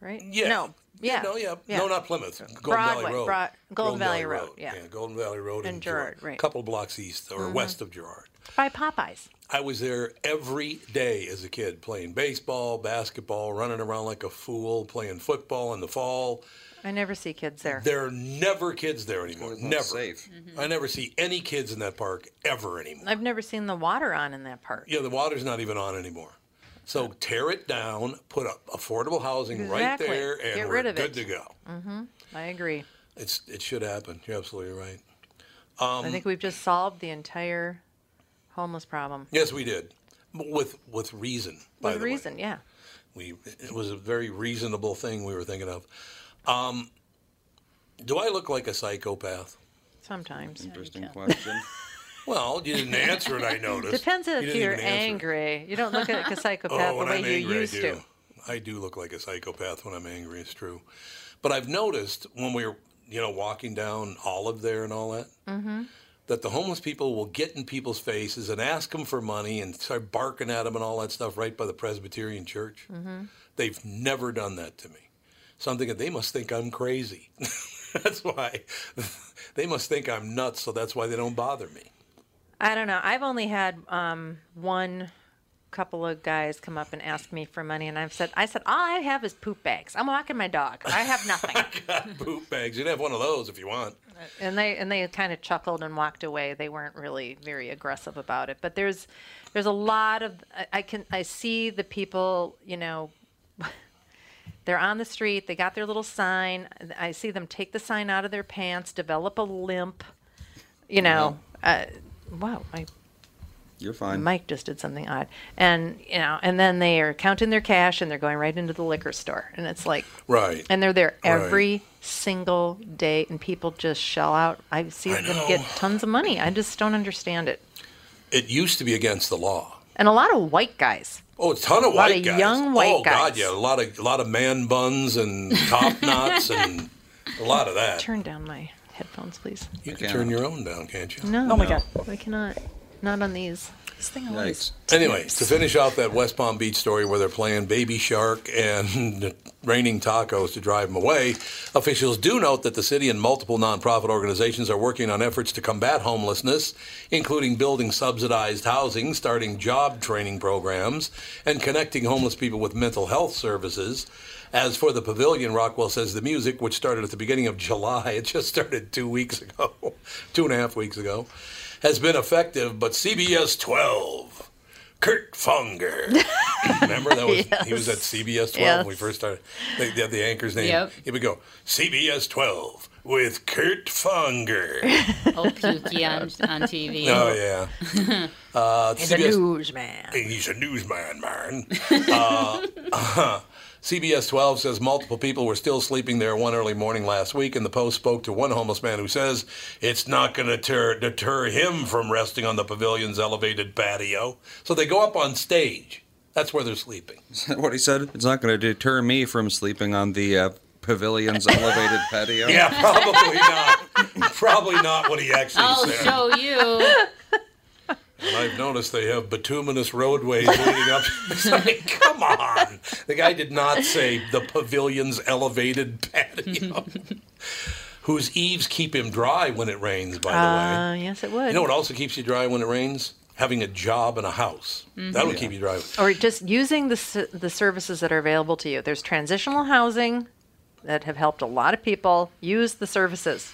[SPEAKER 3] right?
[SPEAKER 1] Yeah.
[SPEAKER 3] No. Yeah.
[SPEAKER 1] No, yeah. No, not Plymouth. Golden
[SPEAKER 3] Broadway,
[SPEAKER 1] Valley Road.
[SPEAKER 3] Broad- Golden Valley Road, yeah.
[SPEAKER 1] Golden Valley Road
[SPEAKER 3] And Girard, right.
[SPEAKER 1] A couple blocks east or
[SPEAKER 3] Mhm.
[SPEAKER 1] west of Girard.
[SPEAKER 3] By Popeyes.
[SPEAKER 1] I was there every day as a kid playing baseball, basketball, running around like a fool, playing football in the fall.
[SPEAKER 3] I never see kids there.
[SPEAKER 1] There are never kids there anymore.
[SPEAKER 3] not
[SPEAKER 1] Never. Mm-hmm.
[SPEAKER 3] safe. Mhm.
[SPEAKER 1] I never see any kids in that park ever anymore.
[SPEAKER 3] I've never seen the water on in that park.
[SPEAKER 1] Yeah, the water's not even on anymore. So tear it down, put up affordable housing right
[SPEAKER 3] Exactly.
[SPEAKER 1] there, and
[SPEAKER 3] Get
[SPEAKER 1] we're
[SPEAKER 3] rid of
[SPEAKER 1] good
[SPEAKER 3] it.
[SPEAKER 1] to go.
[SPEAKER 3] Mm-hmm. I agree.
[SPEAKER 1] It's it should happen. You're absolutely right. Um,
[SPEAKER 3] I think we've just solved the entire homeless problem.
[SPEAKER 1] yes, we did, But with with reason. By
[SPEAKER 3] With
[SPEAKER 1] the way.
[SPEAKER 3] reason, yeah.
[SPEAKER 1] we it was a very reasonable thing we were thinking of. Um, do I look like a psychopath?
[SPEAKER 3] Sometimes.
[SPEAKER 4] Interesting question.
[SPEAKER 1] Well, you didn't answer it. I noticed.
[SPEAKER 3] Depends
[SPEAKER 1] You
[SPEAKER 3] if
[SPEAKER 1] didn't
[SPEAKER 3] you're
[SPEAKER 1] even answer it.
[SPEAKER 3] angry. You don't look like a psychopath
[SPEAKER 1] oh,
[SPEAKER 3] the
[SPEAKER 1] when
[SPEAKER 3] way
[SPEAKER 1] I'm
[SPEAKER 3] you
[SPEAKER 1] angry,
[SPEAKER 3] used
[SPEAKER 1] I do.
[SPEAKER 3] to.
[SPEAKER 1] I do look like a psychopath when I'm angry. It's true. But I've noticed when we were, you know, walking down Olive there and all that,
[SPEAKER 6] Mm-hmm.
[SPEAKER 1] that the homeless people will get in people's faces and ask them for money and start barking at them and all that stuff right by the Presbyterian Church.
[SPEAKER 6] Mm-hmm.
[SPEAKER 1] They've never done that to me. So I'm thinking they must think I'm crazy. that's why they must think I'm nuts. So that's why they don't bother me.
[SPEAKER 3] I don't know. I've only had um, one couple of guys come up and ask me for money, and I've said, I said, all I have is poop bags. I'm walking my dog. I have nothing.
[SPEAKER 1] Boot bags. You'd have one of those if you want.
[SPEAKER 3] and they and they kind of chuckled and walked away. They weren't really very aggressive about it. But there's there's a lot of I, I can I see the people. You know, they're on the street. They got their little sign. I see them take the sign out of their pants, develop a limp. You know, uh, wow, my
[SPEAKER 4] You're fine.
[SPEAKER 3] Mike just did something odd, and you know, and then they are counting their cash and they're going right into the liquor store, and it's like
[SPEAKER 1] Right.
[SPEAKER 3] and they're there
[SPEAKER 1] Right.
[SPEAKER 3] every single day, and people just shell out. I see them get tons of money. I just don't understand it,
[SPEAKER 1] It used to be against the law.
[SPEAKER 3] and a lot of white guys.
[SPEAKER 1] Oh, a ton of
[SPEAKER 3] A lot
[SPEAKER 1] white
[SPEAKER 3] of
[SPEAKER 1] guys.
[SPEAKER 3] young white
[SPEAKER 1] oh, God,
[SPEAKER 3] guys.
[SPEAKER 1] yeah. A lot of a lot of man buns and top knots and a lot of that.
[SPEAKER 3] Turn down my headphones, please.
[SPEAKER 1] You can turn your own down, can't you?
[SPEAKER 3] No. Oh my god, I cannot. Not on these. This thing
[SPEAKER 1] Yikes. Anyway, to finish off that West Palm Beach story where they're playing Baby Shark and raining tacos to drive them away, officials do note that the city and multiple nonprofit organizations are working on efforts to combat homelessness, including building subsidized housing, starting job training programs, and connecting homeless people with mental health services. As for the pavilion, Rockwell says the music, which started at the beginning of July, it just started two weeks ago, two and a half weeks ago, has been effective, but CBS 12. Kurt Funger. Remember that was he was at CBS 12 when we
[SPEAKER 6] Yes.
[SPEAKER 1] first started. They, they had the anchor's name.
[SPEAKER 6] Yep.
[SPEAKER 1] Here we go. CBS 12 with Kurt Funger.
[SPEAKER 5] Old Oh, pukey on, on TV.
[SPEAKER 1] Oh yeah. Uh,
[SPEAKER 5] He's a
[SPEAKER 3] newsman.
[SPEAKER 1] He's a newsman, man. uh, CBS 12 says multiple people were still sleeping there one early morning last week, and the Post spoke to one homeless man who says it's not going to deter, deter him from resting on the pavilion's elevated patio. So they go up on stage That's where they're sleeping.
[SPEAKER 4] Is that what he said? It's not going to deter me from sleeping on the uh, pavilion's elevated patio.
[SPEAKER 1] Yeah, probably not. probably not what he actually
[SPEAKER 3] Oh,
[SPEAKER 5] I'll
[SPEAKER 1] said.
[SPEAKER 5] show you.
[SPEAKER 1] And I've noticed they have bituminous roadways leading up. It's like, come on. The guy did not say the pavilion's elevated patio. Whose eaves keep him dry when it rains, by the way.
[SPEAKER 3] Uh, yes, it would.
[SPEAKER 1] You know what also keeps you dry when it rains? Having a job and a house. That'll
[SPEAKER 3] Mhm.
[SPEAKER 1] keep you dry.
[SPEAKER 3] or just using the s- the services that are available to you. There's transitional housing that have helped a lot of people use the services.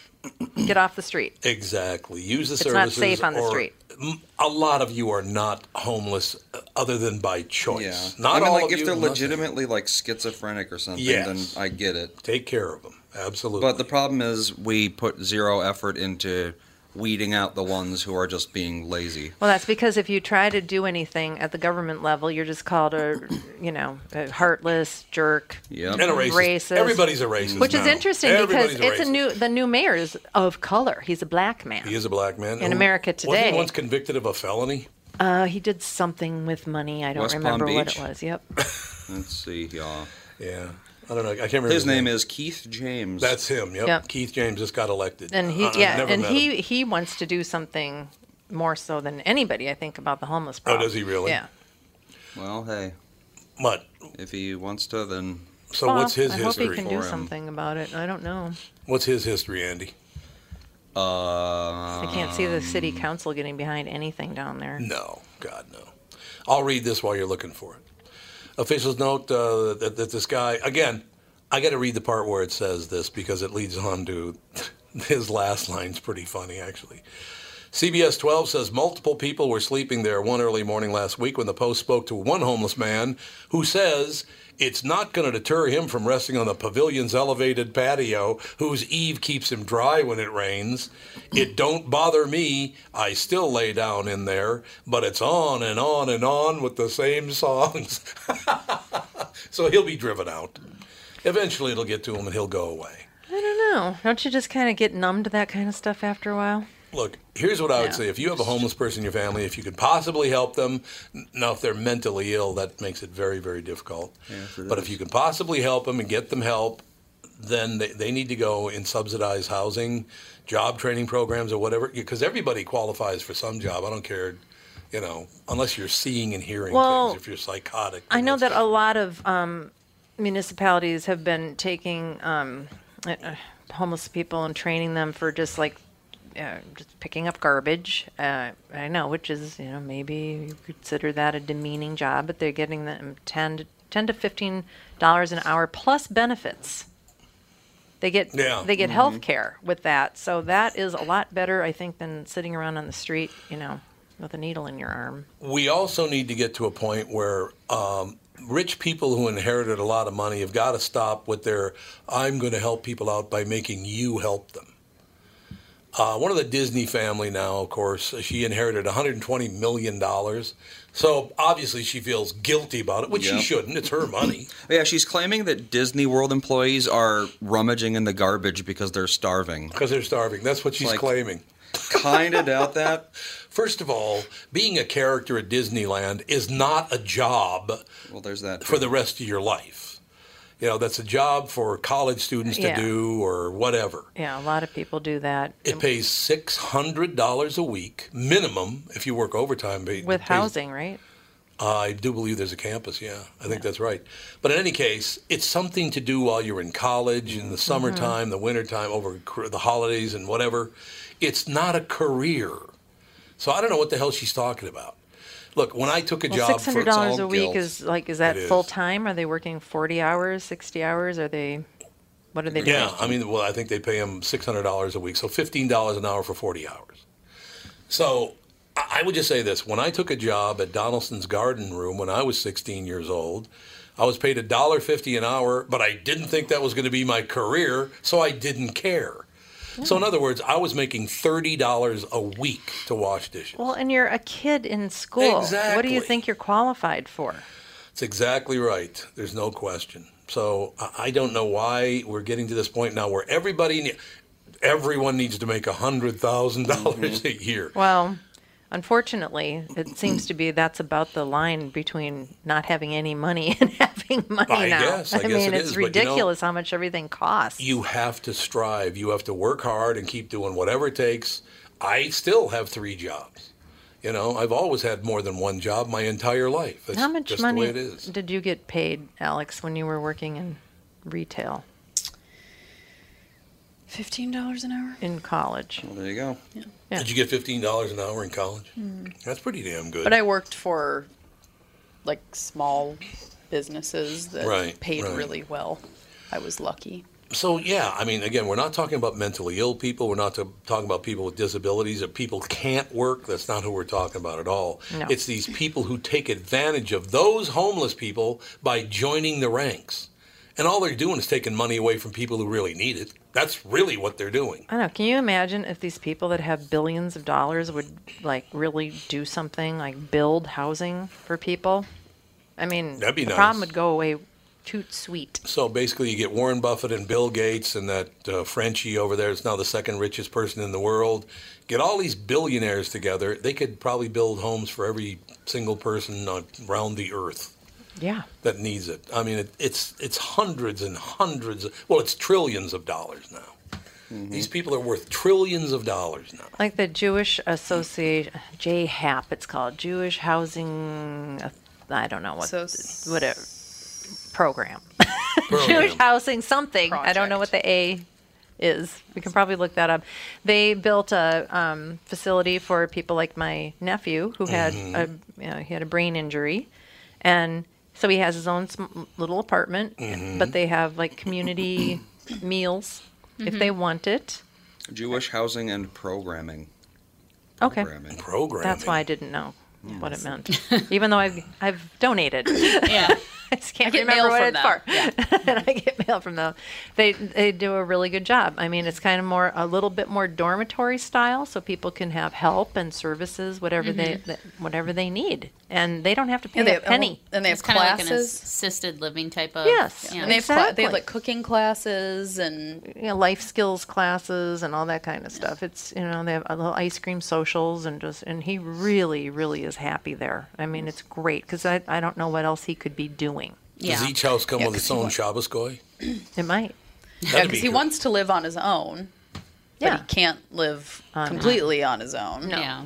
[SPEAKER 3] Get off the street.
[SPEAKER 1] Exactly. Use the
[SPEAKER 3] It's
[SPEAKER 1] services.
[SPEAKER 3] not safe on the
[SPEAKER 1] or-
[SPEAKER 3] street.
[SPEAKER 1] M- A lot of you are not homeless uh, other than by choice.
[SPEAKER 4] Yeah.
[SPEAKER 1] Not
[SPEAKER 4] I mean,
[SPEAKER 1] all
[SPEAKER 4] like
[SPEAKER 1] of
[SPEAKER 4] if
[SPEAKER 1] you,
[SPEAKER 4] they're
[SPEAKER 1] nothing.
[SPEAKER 4] legitimately like schizophrenic or something,
[SPEAKER 1] Yes.
[SPEAKER 4] then I get it.
[SPEAKER 1] Take care of them, absolutely.
[SPEAKER 4] But the problem is, we put zero effort into weeding out the ones who are just being lazy.
[SPEAKER 3] Well, that's because if you try to do anything at the government level, you're just called a, you know, a heartless jerk.
[SPEAKER 4] Yep.
[SPEAKER 1] And a racist. Everybody's a racist
[SPEAKER 3] Which is
[SPEAKER 1] now.
[SPEAKER 3] interesting
[SPEAKER 1] Everybody's a
[SPEAKER 3] because it's
[SPEAKER 1] racist.
[SPEAKER 3] a new the new mayor is of color. He's a black man.
[SPEAKER 1] He is a black man.
[SPEAKER 3] In
[SPEAKER 1] And
[SPEAKER 3] America
[SPEAKER 1] Wasn't
[SPEAKER 3] today-
[SPEAKER 1] he once convicted of a felony?
[SPEAKER 3] Uh, he did something with money. I don't
[SPEAKER 4] West Palm
[SPEAKER 3] remember what
[SPEAKER 4] Beach?
[SPEAKER 3] it was. Yep.
[SPEAKER 4] Let's see, y'all.
[SPEAKER 1] Yeah. I don't know. I can't remember.
[SPEAKER 4] His name is Keith James.
[SPEAKER 1] That's him. Yep.
[SPEAKER 3] Yep.
[SPEAKER 1] Keith James just got elected.
[SPEAKER 3] And he
[SPEAKER 1] I- I've
[SPEAKER 3] yeah,
[SPEAKER 1] Uh-uh, never
[SPEAKER 3] and
[SPEAKER 1] met him.
[SPEAKER 3] he he wants to do something more so than anybody I think about the homeless
[SPEAKER 1] Oh,
[SPEAKER 3] problem.
[SPEAKER 1] does he really?
[SPEAKER 3] Yeah.
[SPEAKER 4] Well, hey.
[SPEAKER 1] But
[SPEAKER 4] if he wants to, then.
[SPEAKER 1] So
[SPEAKER 3] Well, I hope he can do something about it. I don't know.
[SPEAKER 1] What's his history, Andy?
[SPEAKER 4] Uh,
[SPEAKER 3] I
[SPEAKER 4] I
[SPEAKER 3] can't see the city
[SPEAKER 4] Um,
[SPEAKER 3] council getting behind anything down there.
[SPEAKER 1] No, God, no. I'll read this while you're looking for it. Officials note uh, that, that this guy, again, I got to read the part where it says this because it leads on to his last line's pretty funny, actually. CBS 12 says multiple people were sleeping there one early morning last week when the Post spoke to one homeless man who says it's not going to deter him from resting on the pavilion's elevated patio, whose eave keeps him dry when it rains. It don't bother me. I still lay down in there, but it's on and on and on with the same songs. so he'll be driven out. Eventually, it'll get to him and he'll go away.
[SPEAKER 3] I don't know. Don't you just kind of get numb to that kind of stuff after a while?
[SPEAKER 1] Look, here's what I would
[SPEAKER 3] Yeah.
[SPEAKER 1] say. If you have a homeless person in your family, if you could possibly help them, n- now if they're mentally ill, that makes it very, very difficult.
[SPEAKER 4] Yes, it
[SPEAKER 1] but if
[SPEAKER 4] is.
[SPEAKER 1] you can possibly help them and get them help, then they, they need to go in subsidized housing, job training programs, or whatever, because everybody qualifies for some job. I don't care, you know, unless you're seeing and hearing
[SPEAKER 3] Well,
[SPEAKER 1] things, if you're psychotic.
[SPEAKER 3] I know that a lot of um, municipalities have been taking um, uh, uh, homeless people and training them for just like uh, just picking up garbage. Uh, I know, which is you know maybe you consider that a demeaning job, but they're getting them ten to, ten to fifteen dollars an hour plus benefits. They get
[SPEAKER 1] Yeah.
[SPEAKER 3] they get
[SPEAKER 1] Mhm.
[SPEAKER 3] health care with that, so that is a lot better, I think, than sitting around on the street, you know, with a needle in your arm.
[SPEAKER 1] We also need to get to a point where um, rich people who inherited a lot of money have got to stop with their "I'm going to help people out by making you help them." Uh, one of the Disney family now, of course, she inherited 120 million dollars, so obviously she feels guilty about it, which
[SPEAKER 4] Yeah.
[SPEAKER 1] she shouldn't. It's her money.
[SPEAKER 4] Yeah, she's claiming that Disney World employees are rummaging in the garbage because they're starving.
[SPEAKER 1] Because they're starving. That's what she's
[SPEAKER 4] Like-
[SPEAKER 1] claiming.
[SPEAKER 4] kind of doubt that.
[SPEAKER 1] First of all, being a character at Disneyland is not a job.
[SPEAKER 4] Well, there's that
[SPEAKER 1] for the rest of your life. You know, that's a job for college students
[SPEAKER 3] Yeah.
[SPEAKER 1] to do or whatever.
[SPEAKER 3] Yeah, a lot of people do that.
[SPEAKER 1] It pays six hundred dollars a week minimum if you work overtime. but it
[SPEAKER 3] with
[SPEAKER 1] pays-
[SPEAKER 3] housing, right?
[SPEAKER 1] I do believe there's a campus. Yeah, I think that's right. But in any case, it's something to do while you're in college in the
[SPEAKER 3] Mm-hmm.
[SPEAKER 1] summertime, the wintertime, over cr- the holidays and whatever. It's not a career. So I don't know what the hell she's talking about. Look, when I took a
[SPEAKER 3] Well,
[SPEAKER 1] job,
[SPEAKER 3] six hundred dollars
[SPEAKER 1] for,
[SPEAKER 3] a week is like is that
[SPEAKER 1] It is.
[SPEAKER 3] full time? Are they working forty hours, sixty hours? Are they what are they doing?
[SPEAKER 1] Yeah, I mean, well, I think they pay him six hundred dollars a week, so fifteen dollars an hour for forty hours. So I I would just say this: when I took a job at Donaldson's Garden Room when I was sixteen years old, I was paid a dollar fifty an hour, but I didn't think that was going to be my career, so I didn't care. So in other words, I was making thirty dollars a week to wash dishes.
[SPEAKER 3] Well, and you're a kid in school. What do
[SPEAKER 1] Exactly.
[SPEAKER 3] you think you're qualified for?
[SPEAKER 1] That's exactly right. There's no question. So I- I don't know why we're getting to this point now where everybody, ne- everyone needs to make a hundred dollars a year.
[SPEAKER 3] Well, Unfortunately, it seems to be that's about the line between not having any money and having money
[SPEAKER 1] I
[SPEAKER 3] now.
[SPEAKER 1] guess, I guess it
[SPEAKER 3] mean, it's
[SPEAKER 1] is, but you know-
[SPEAKER 3] ridiculous how much everything costs.
[SPEAKER 1] You have to strive. You have to work hard and keep doing whatever it takes. I still have three jobs. You know, I've always had more than one job my entire life. That's
[SPEAKER 3] how much
[SPEAKER 1] just
[SPEAKER 3] money
[SPEAKER 1] the way it is.
[SPEAKER 3] did you get paid, Alex, when you were working in retail
[SPEAKER 2] Fifteen dollars an hour.
[SPEAKER 3] in college?
[SPEAKER 4] Well, there you go.
[SPEAKER 3] Yeah.
[SPEAKER 1] Did you get fifteen dollars an hour in college?
[SPEAKER 2] Mm.
[SPEAKER 1] That's pretty damn good.
[SPEAKER 2] But I worked for like small businesses that
[SPEAKER 1] Right,
[SPEAKER 2] paid
[SPEAKER 1] right.
[SPEAKER 2] really well. I was lucky.
[SPEAKER 1] So yeah, I mean, again, we're not talking about mentally ill people. We're not to, talking about people with disabilities or people can't work. That's not who we're talking about at all.
[SPEAKER 9] No.
[SPEAKER 1] It's these people who take advantage of those homeless people by joining the ranks, and all they're doing is taking money away from people who really need it. That's really what they're doing.
[SPEAKER 3] I don't know. Can you imagine if these people that have billions of dollars would like really do something like build housing for people? I mean,
[SPEAKER 1] That'd be
[SPEAKER 3] the
[SPEAKER 1] nice.
[SPEAKER 3] problem would go away toot sweet.
[SPEAKER 1] So basically, you get Warren Buffett and Bill Gates and that uh, Frenchie over there is now the second richest person in the world. Get all these billionaires together. They could probably build homes for every single person on- around the earth
[SPEAKER 3] Yeah.
[SPEAKER 1] that needs it. I mean, it, it's it's hundreds and hundreds. Of, well, it's trillions of dollars now. These people are worth trillions of dollars now.
[SPEAKER 3] Like the Jewish Association, JHAP, it's called Jewish Housing. I don't know what
[SPEAKER 2] So
[SPEAKER 3] what it program.
[SPEAKER 1] Oh,
[SPEAKER 3] Jewish
[SPEAKER 2] Program.
[SPEAKER 3] housing something. I don't know what the A is. We can probably look that up. They built a um, facility for people like my nephew who had a
[SPEAKER 9] Mhm.
[SPEAKER 3] you know, he had a brain injury, and so he has his own sm- little apartment. But
[SPEAKER 4] Mhm.
[SPEAKER 3] they have like community meals if
[SPEAKER 5] Mm-hmm.
[SPEAKER 3] they want it.
[SPEAKER 4] Jewish housing and programming.
[SPEAKER 3] Okay.
[SPEAKER 4] Programming.
[SPEAKER 3] That's why I didn't know what it meant, even though I've I've donated.
[SPEAKER 5] Yeah.
[SPEAKER 3] I just can't
[SPEAKER 5] get
[SPEAKER 3] remember
[SPEAKER 5] mail
[SPEAKER 3] what
[SPEAKER 5] from
[SPEAKER 3] it's
[SPEAKER 5] them.
[SPEAKER 3] for. and I get mail from them. They they do a really good job. I mean, it's kind of more a little bit more dormitory style, so people can have help and services, whatever they
[SPEAKER 5] Mhm.
[SPEAKER 3] that, whatever they need, Mm-hmm. and they don't have to pay
[SPEAKER 2] they
[SPEAKER 3] a uh, penny.
[SPEAKER 2] And they have
[SPEAKER 5] it's kind of like an
[SPEAKER 2] classes.
[SPEAKER 5] assisted living type of.
[SPEAKER 3] Yes,
[SPEAKER 5] yeah.
[SPEAKER 2] and they have, cla- they have
[SPEAKER 3] exactly.
[SPEAKER 2] like cooking classes and
[SPEAKER 3] you know, life skills classes and all that kind of stuff. It's you know they have a little ice cream socials and just and he really really is happy there. I mean it's great because I I don't know what else he could be doing.
[SPEAKER 1] Does each house come with its own Shabbos goy?
[SPEAKER 3] It might.
[SPEAKER 2] yeah,
[SPEAKER 1] That'd
[SPEAKER 2] because
[SPEAKER 1] be
[SPEAKER 2] he
[SPEAKER 1] cool.
[SPEAKER 2] wants to live on his own.
[SPEAKER 3] Yeah.
[SPEAKER 2] But he can't live completely on his own.
[SPEAKER 3] No. Yeah.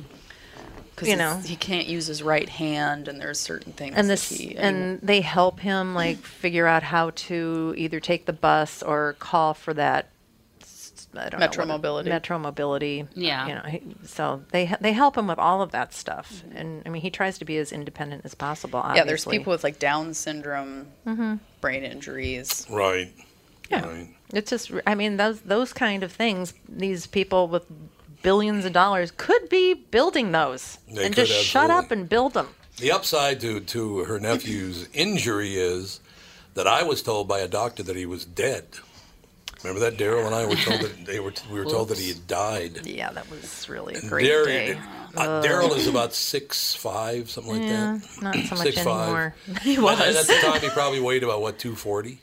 [SPEAKER 2] Because
[SPEAKER 3] You know.
[SPEAKER 2] he can't use his right hand, and there's certain things.
[SPEAKER 3] and
[SPEAKER 2] that
[SPEAKER 3] this
[SPEAKER 2] he, I mean,
[SPEAKER 3] and they help him like figure out how to either take the bus or call for that s- I don't
[SPEAKER 2] Metro
[SPEAKER 3] know what it-
[SPEAKER 2] mobility.
[SPEAKER 3] metro mobility
[SPEAKER 2] Yeah. Mm-hmm.
[SPEAKER 3] you know he, so they h- they help him with all of that stuff and I mean he tries to be as independent as possible obviously. Mm-hmm.
[SPEAKER 2] yeah, there's people with like Down syndrome, brain injuries.
[SPEAKER 1] Right.
[SPEAKER 3] Yeah. It's just, I mean, those those kind of things. These people with billions of dollars could be building those,
[SPEAKER 1] They
[SPEAKER 3] and
[SPEAKER 1] could,
[SPEAKER 3] just shut up and build them.
[SPEAKER 1] The upside to, to her nephew's injury is that I was told by a doctor that he was dead. Remember that Daryl and I were told that they were we were told that he had died.
[SPEAKER 3] Yeah, that was really a
[SPEAKER 1] And
[SPEAKER 3] great
[SPEAKER 1] Daryl-
[SPEAKER 3] day.
[SPEAKER 1] uh,
[SPEAKER 3] Ugh.
[SPEAKER 1] Daryl is about six five, something like
[SPEAKER 3] yeah,
[SPEAKER 1] that.
[SPEAKER 3] not so much
[SPEAKER 1] Six, five.
[SPEAKER 3] anymore. he
[SPEAKER 1] And- And at
[SPEAKER 3] was.
[SPEAKER 1] the time, he probably weighed about what two forty,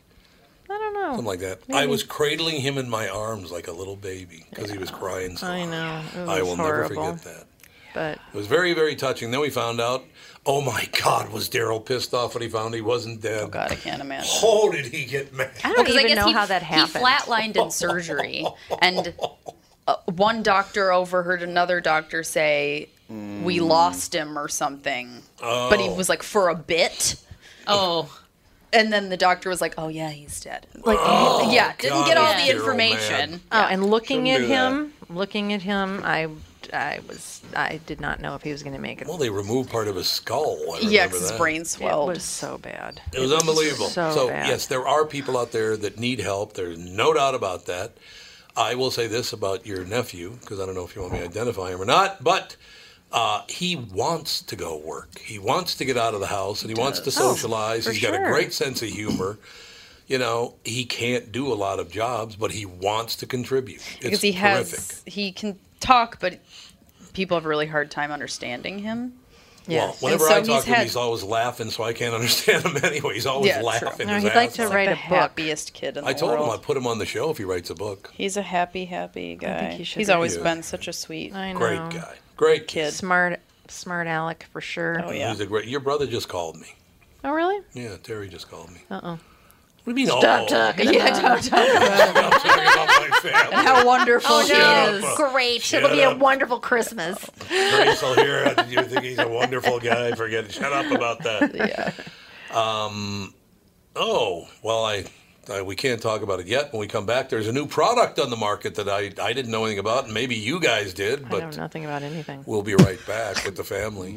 [SPEAKER 3] I don't know.
[SPEAKER 1] something like that. I
[SPEAKER 3] Maybe.
[SPEAKER 1] was cradling him in my arms like a little baby because he was crying. So
[SPEAKER 3] I know. It
[SPEAKER 1] I
[SPEAKER 3] was
[SPEAKER 1] will
[SPEAKER 3] horrible.
[SPEAKER 1] never forget that.
[SPEAKER 3] But
[SPEAKER 1] It was very, very touching. Then we found out, oh my God, was Daryl pissed off when he found he wasn't dead? Oh God,
[SPEAKER 2] I can't imagine.
[SPEAKER 1] Oh, did he get mad?
[SPEAKER 3] I don't
[SPEAKER 2] Well, 'cause
[SPEAKER 3] even
[SPEAKER 2] guess
[SPEAKER 3] know
[SPEAKER 2] he-
[SPEAKER 3] how that happened.
[SPEAKER 2] He flatlined in surgery, and uh, one doctor overheard another doctor say,
[SPEAKER 1] Mm.
[SPEAKER 2] "We lost him" or something. But he
[SPEAKER 3] Oh.
[SPEAKER 2] was like, "For a bit."
[SPEAKER 5] Oh.
[SPEAKER 2] And then the doctor was like, "Oh yeah, he's dead."
[SPEAKER 3] Like,
[SPEAKER 2] Oh, yeah, didn't get all
[SPEAKER 3] God,
[SPEAKER 2] the
[SPEAKER 3] you're
[SPEAKER 2] information.
[SPEAKER 3] Oh, and looking
[SPEAKER 1] Shouldn't do
[SPEAKER 3] at
[SPEAKER 1] that.
[SPEAKER 3] him, looking at him, I, I was, I did not know if he was going to make it.
[SPEAKER 1] Well, they removed part of his skull. I
[SPEAKER 2] Yeah,
[SPEAKER 1] remember
[SPEAKER 2] because his
[SPEAKER 1] that.
[SPEAKER 2] brain swelled. It
[SPEAKER 3] was so bad.
[SPEAKER 1] It was unbelievable.
[SPEAKER 3] So, bad.
[SPEAKER 1] yes, there are people out there that need help. There's no doubt about that. I will say this about your nephew, because I don't know if you want me to identify him or not, but uh, he wants to go work. He wants to get out of the house and he, wants to
[SPEAKER 9] does. Oh,
[SPEAKER 1] socialize.
[SPEAKER 9] for
[SPEAKER 1] He's got a
[SPEAKER 9] sure.
[SPEAKER 1] great sense of humor. You know, he can't do a lot of jobs, but he wants to contribute. It's
[SPEAKER 2] because he
[SPEAKER 1] terrific.
[SPEAKER 2] has he can talk, but people have a really hard time understanding him.
[SPEAKER 1] Well, whenever I talk to him, he's always laughing, so I can't understand him anyway. He's always laughing. his ass off.
[SPEAKER 2] the Happiest kid in the
[SPEAKER 1] I told
[SPEAKER 2] world.
[SPEAKER 1] him I'd put him on the show if he writes a book.
[SPEAKER 2] He's a happy, happy guy.
[SPEAKER 1] he should
[SPEAKER 2] he's
[SPEAKER 1] be.
[SPEAKER 2] always
[SPEAKER 1] Yeah.
[SPEAKER 2] been such a sweet,
[SPEAKER 1] Great guy. Great
[SPEAKER 2] kid,
[SPEAKER 3] smart Smart Alec for sure.
[SPEAKER 1] He's a great. Your brother just called me.
[SPEAKER 3] Oh, really?
[SPEAKER 1] Yeah, Terry just called me.
[SPEAKER 3] Uh oh.
[SPEAKER 1] What do you mean?
[SPEAKER 3] Stop
[SPEAKER 1] oh,
[SPEAKER 3] talking Yeah, about
[SPEAKER 1] Stop talking about my family.
[SPEAKER 3] And how wonderful
[SPEAKER 1] Oh,
[SPEAKER 3] she
[SPEAKER 1] shut
[SPEAKER 3] is.
[SPEAKER 1] up.
[SPEAKER 3] Great.
[SPEAKER 1] Shut
[SPEAKER 3] It'll be a
[SPEAKER 1] up.
[SPEAKER 3] wonderful Christmas.
[SPEAKER 1] Grace will hear it. You think he's a wonderful guy? Forget it. Shut up about that.
[SPEAKER 3] Yeah.
[SPEAKER 1] Um, oh, well, I, I we can't talk about it yet. When we come back, there's a new product on the market that I, I didn't know anything about, and maybe you guys did,
[SPEAKER 3] I
[SPEAKER 1] but
[SPEAKER 3] know nothing about anything.
[SPEAKER 1] We'll be right back with the family.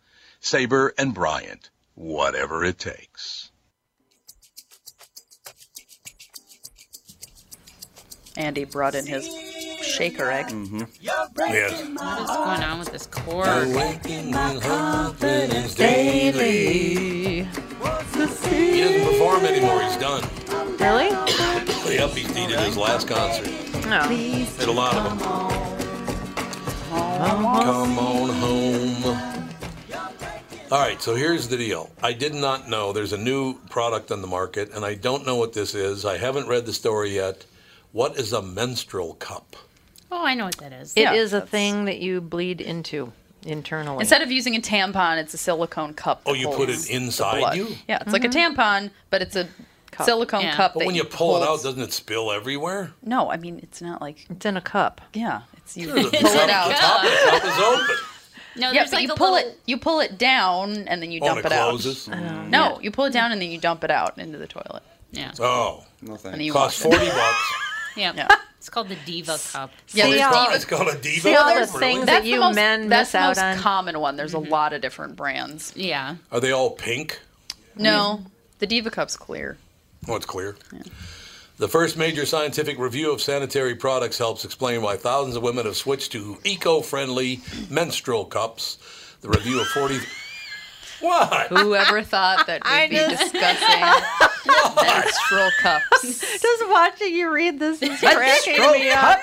[SPEAKER 1] Sabre and Bryant, whatever it takes.
[SPEAKER 2] Andy brought in his shaker egg.
[SPEAKER 1] Mm.
[SPEAKER 10] Mm-hmm.
[SPEAKER 2] Yes.
[SPEAKER 5] What is going on with this cord?
[SPEAKER 1] daily. He doesn't perform anymore, he's done.
[SPEAKER 3] Really?
[SPEAKER 1] Yep, he, he did his last concert.
[SPEAKER 3] No.
[SPEAKER 1] Did a lot of them. Come on home. All right, so here's the deal. I did not know there's a new product on the market, and I don't know what this is. I haven't read the story yet. What is a menstrual cup?
[SPEAKER 5] Oh, I know what that is.
[SPEAKER 3] It is a thing that you bleed into internally.
[SPEAKER 2] Instead of using a tampon, it's a silicone cup.
[SPEAKER 1] Oh,
[SPEAKER 2] that
[SPEAKER 1] you put
[SPEAKER 2] holds
[SPEAKER 1] it
[SPEAKER 2] the
[SPEAKER 1] inside
[SPEAKER 2] blood.
[SPEAKER 1] you? Mm-hmm.
[SPEAKER 2] Yeah, it's like a tampon, but it's a silicone cup.
[SPEAKER 1] But
[SPEAKER 2] that
[SPEAKER 1] when you pull it out,
[SPEAKER 2] holds-
[SPEAKER 1] doesn't it spill everywhere?
[SPEAKER 2] no, I mean it's not like
[SPEAKER 3] it's in a cup.
[SPEAKER 2] Yeah, it's you
[SPEAKER 1] The
[SPEAKER 2] pull
[SPEAKER 1] top-
[SPEAKER 2] it out.
[SPEAKER 1] The top of the cup is open. Oh,
[SPEAKER 2] No,
[SPEAKER 5] there's
[SPEAKER 2] but
[SPEAKER 5] like
[SPEAKER 2] you
[SPEAKER 5] a
[SPEAKER 2] pull
[SPEAKER 5] little-
[SPEAKER 2] it. You pull it down and then you
[SPEAKER 1] Oh, and
[SPEAKER 2] dump
[SPEAKER 1] it
[SPEAKER 2] it, out.
[SPEAKER 1] closes? Oh,
[SPEAKER 2] No, you pull it down and then you dump it out into the toilet. Yeah.
[SPEAKER 1] Oh.
[SPEAKER 4] No
[SPEAKER 2] And you
[SPEAKER 1] Cost
[SPEAKER 2] wash it.
[SPEAKER 1] 40 bucks.
[SPEAKER 5] Yeah. It's called the Diva Cup.
[SPEAKER 2] Yeah,
[SPEAKER 1] See
[SPEAKER 2] there's
[SPEAKER 1] all-
[SPEAKER 2] diva-
[SPEAKER 1] It's called a diva
[SPEAKER 2] See all
[SPEAKER 1] cup,
[SPEAKER 2] those
[SPEAKER 1] really?
[SPEAKER 2] things
[SPEAKER 3] That's
[SPEAKER 2] that
[SPEAKER 3] the
[SPEAKER 2] you
[SPEAKER 3] most-
[SPEAKER 2] men
[SPEAKER 3] that's
[SPEAKER 2] miss
[SPEAKER 3] the
[SPEAKER 2] out
[SPEAKER 3] most
[SPEAKER 2] on. Mm-hmm. common one. There's a lot of different brands.
[SPEAKER 5] Yeah.
[SPEAKER 1] Are they all pink?
[SPEAKER 2] No, the Diva Cup's clear.
[SPEAKER 1] Oh, it's clear. The first major scientific review of sanitary products helps explain why thousands of women have switched to eco friendly menstrual cups. The review of 40. What?
[SPEAKER 2] Whoever thought that we'd be discussing menstrual cups?
[SPEAKER 3] Just watching you read this is
[SPEAKER 2] Menstrual
[SPEAKER 3] cracking me up.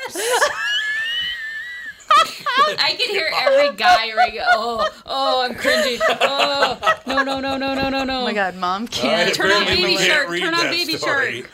[SPEAKER 5] I can hear every guy ring. Oh, oh, I'm cringing. Oh, no, no, no, no, no, no, no.
[SPEAKER 2] Oh my God, Mom
[SPEAKER 1] All
[SPEAKER 2] can't
[SPEAKER 1] right,
[SPEAKER 2] turn on
[SPEAKER 1] apparently we
[SPEAKER 2] Baby
[SPEAKER 1] can't
[SPEAKER 2] Shark.
[SPEAKER 1] read
[SPEAKER 2] Turn on
[SPEAKER 1] that
[SPEAKER 2] Baby Shark.
[SPEAKER 1] story.